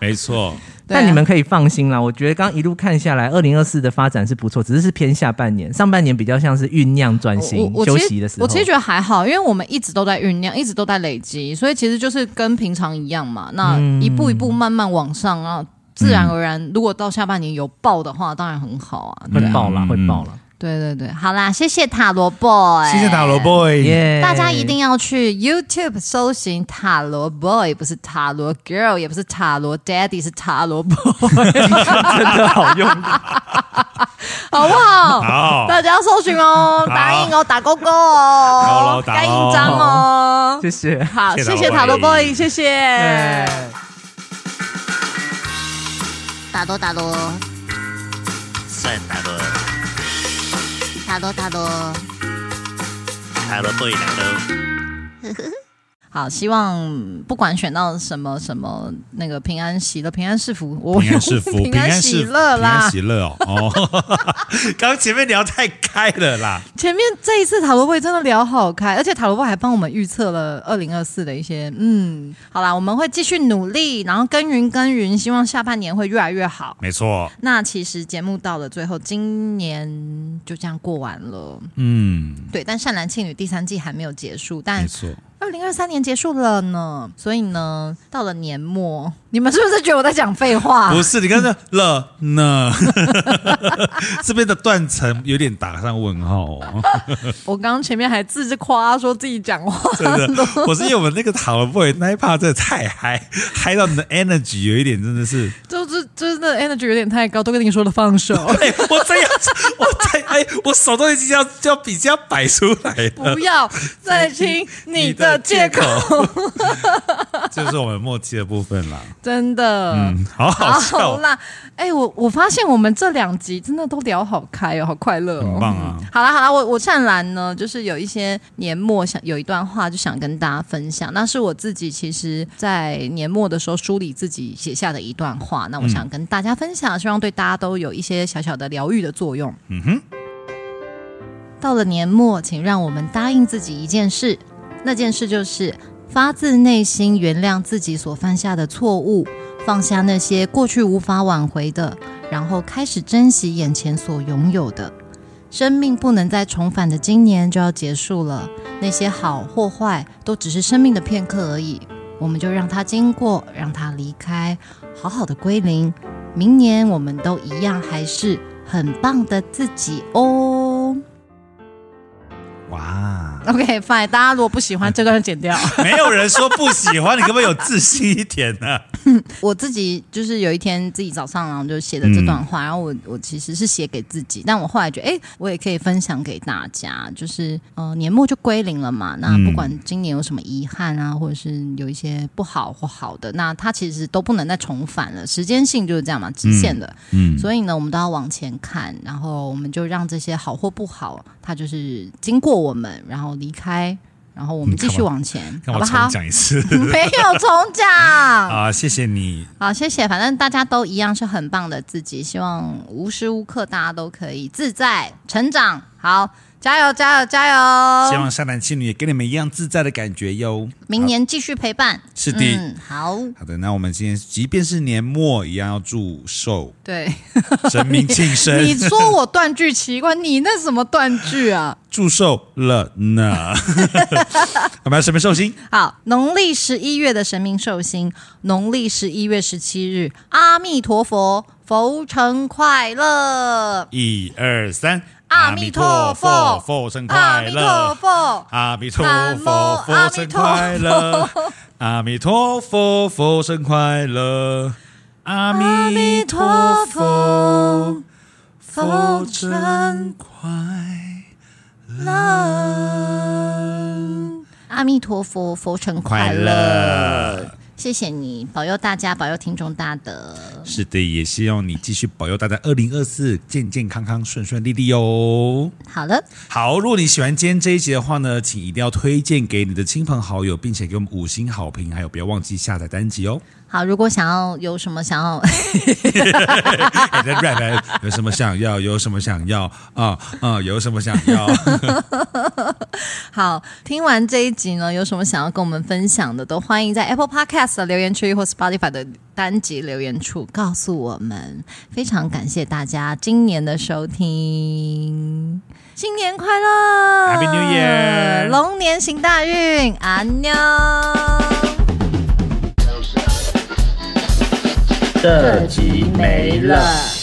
Speaker 2: 没错，
Speaker 3: 啊
Speaker 6: 但你们可以放心啦，我觉得刚一路看下来，二零二四的发展是不错，只是是偏下半年，上半年比较像是酝酿转型、
Speaker 3: 我我
Speaker 6: 休
Speaker 3: 我其
Speaker 6: 息的
Speaker 3: 实
Speaker 6: 时候。
Speaker 3: 我其实觉得还好，因为我们一直都在酝酿，一直都在累积，所以其实就是跟平常一样嘛。那
Speaker 2: 嗯
Speaker 3: 一步一步慢慢往上，然后自然而然，如果到下半年有爆的话，当然很好啊。对
Speaker 6: 会
Speaker 3: 啊
Speaker 6: 爆啦，
Speaker 2: 嗯
Speaker 6: 会爆啦！
Speaker 3: 对对对，
Speaker 8: 好啦，谢谢塔罗 boy，
Speaker 3: 哎
Speaker 2: 谢谢塔罗 boy，、
Speaker 3: 嗯
Speaker 6: 耶
Speaker 3: 大家一
Speaker 2: 嗯
Speaker 3: 定要去 YouTube 搜寻塔罗 boy，不是塔罗 girl，也不是塔罗 daddy，是塔罗 boy， (laughs)
Speaker 6: (laughs) 真的好用力，
Speaker 3: 好不好？
Speaker 2: 好
Speaker 3: 大家搜寻哦，打印哦，打勾勾
Speaker 2: 好咯，
Speaker 3: 哦
Speaker 2: 打哦
Speaker 3: 盖印章哦。
Speaker 6: 谢谢。
Speaker 3: (laughs) 好，
Speaker 2: 谢谢
Speaker 3: 谢谢
Speaker 2: 塔
Speaker 3: 塔
Speaker 2: 罗
Speaker 3: 罗
Speaker 2: boy
Speaker 3: boy，谢谢。
Speaker 9: 打罗打罗
Speaker 1: 圣塔罗，
Speaker 9: 打罗打罗，
Speaker 1: 塔罗对来了。
Speaker 3: 好，希望不管选到什么什么那个平安喜乐、平安是福，我
Speaker 2: 平安是福，
Speaker 3: (laughs) 平安喜
Speaker 2: 是福
Speaker 3: 乐
Speaker 2: 平安
Speaker 3: 啦。
Speaker 2: 喜乐哦。 (laughs) 哦，刚前面聊太开了啦，
Speaker 3: 前面这一次塔罗会真的聊好开，而且塔罗会还帮我们预测了二零二四的一些，嗯，好啦，我们会继续努力，然后耕耘耕耘，希望下半年会越来越好。
Speaker 2: 没错，
Speaker 3: 那其实节目到了最后，今年就这样过完了。
Speaker 2: 嗯，
Speaker 3: 对，但《善男信女》第三季还没有结束，但
Speaker 2: 没错，
Speaker 3: 二零二三年结束了呢，所以呢，到了年末，你们是不是觉得我在讲废话？
Speaker 2: 不是你刚才了呢， (laughs) 这边的断层有点打上问号
Speaker 3: (laughs)
Speaker 2: 哦。
Speaker 3: 我刚刚前面还自夸说自己讲话，
Speaker 2: 真的，我是因为我们那个塔罗 boy 那一趴真的太嗨，嗨到你的 energy 有一点真的是，
Speaker 3: (laughs) 就是真的 energy 有点太高，都跟你说了放手，
Speaker 2: 哎，我真要， (laughs) 我真哎，我手都已经要要比较摆出来了
Speaker 3: 不。要再听呃你的借口，
Speaker 2: 就是我们默契的部分啦。
Speaker 3: 真的。
Speaker 2: 嗯，好好笑
Speaker 3: 好，啦，哎、我我发现我们这两集真的都聊好开哦，好快乐哦，
Speaker 2: 很棒啊
Speaker 3: 嗯好啦好啦，我我善兰呢，就是有一些年末想有一段话就想跟大家分享，那是我自己其实在年末的时候梳理自己写下的一段话，那我想跟大家分享，希望对大家都有一些小小的疗愈的作用。
Speaker 2: 嗯哼，
Speaker 3: 到了年末，请让我们答应自己一件事，那件事就是发自内心原谅自己所犯下的错误，放下那些过去无法挽回的，然后开始珍惜眼前所拥有的。生命不能再重返的今年就要结束了，那些好或坏都只是生命的片刻而已，我们就让它经过，让它离开，好好的归零。明年我们都一样，还是很棒的自己哦。
Speaker 2: 哇，
Speaker 3: OK fine，大家如果不喜欢这段剪掉。
Speaker 2: 没有人说不喜欢，你可不可以有自信一点呢、
Speaker 3: 我自己就是有一天自己早上然后就写的这段
Speaker 2: 嗯
Speaker 3: 话，然后我我其实是写给自己，但我后来觉得，哎、我也可以分享给大家，就是呃年末就归零了嘛，
Speaker 2: 嗯
Speaker 3: 那不管今年有什么遗憾啊，或者是有一些不好或好的，那它其实都不能再重返了，时间性就是这样嘛，极限的。
Speaker 2: 嗯，
Speaker 3: 所以呢，我们都要往前看，然后我们就让这些好或不好，它就是经过我们，然后离开，然后我们
Speaker 2: 嗯
Speaker 3: 继续
Speaker 2: 干嘛
Speaker 3: 往前，
Speaker 2: 让
Speaker 3: 好不
Speaker 2: 我
Speaker 3: 好
Speaker 2: 重？讲 (laughs) 一次
Speaker 3: 没有重讲。
Speaker 2: 啊！谢谢你，
Speaker 3: 好，谢谢。反正大家都一样是很棒的自己，希望无时无刻大家都可以自在成长。好，加油，加油，加
Speaker 2: 希
Speaker 3: 油！
Speaker 2: 望善男信女也跟你们一样自在的感觉哟。
Speaker 3: 明年继续陪伴。
Speaker 2: 是的
Speaker 3: 嗯，好，
Speaker 2: 好的，那我们今天即便是年末，也要祝寿
Speaker 3: 对，
Speaker 2: 神明庆生，
Speaker 3: (laughs) 你说我断句奇怪，你那什么断句啊？
Speaker 2: 祝寿了呢。我们要神明寿星，
Speaker 3: 好，农历十一月的神明寿星，农历十一月十七日，阿弥陀佛，佛成快乐，
Speaker 2: 一二三，
Speaker 3: 阿弥陀佛
Speaker 2: 佛生
Speaker 3: 阿
Speaker 2: 快
Speaker 3: 弥陀
Speaker 2: 乐，
Speaker 3: 佛。
Speaker 2: 阿弥陀
Speaker 3: 南
Speaker 2: 佛，
Speaker 3: 无阿
Speaker 2: 佛
Speaker 3: 弥
Speaker 2: 生
Speaker 3: 陀
Speaker 2: 快乐，阿弥陀佛，佛生快乐，阿弥陀佛，佛生快乐，
Speaker 3: 阿弥陀佛，佛成
Speaker 2: 快
Speaker 3: 快乐。
Speaker 2: 乐。
Speaker 3: 谢谢你，保佑大家，保佑听众大德。
Speaker 2: 是的，也希望你继续保佑大家二零二四健健康康、顺顺利利哦。
Speaker 3: 好了，
Speaker 2: 好，如果你喜欢今天这一集的话呢，请一定要推荐给你的亲朋好友，并且给我们五星好评，还有不要忘记下载单集哦。
Speaker 3: 好，如果想要有什么想要，
Speaker 2: 你在 rap 哎有什么想要，有什么想要啊啊，有什么想要，
Speaker 3: 好，听完这一集呢，有什么想要跟我们分享的，都欢迎在 Apple Podcast 的留言区或 Spotify 的单集留言处告诉我们。非常感谢大家今年的收听，新年快乐
Speaker 2: Happy New Year
Speaker 3: 龙年行大运，安妞。
Speaker 10: 这集没了。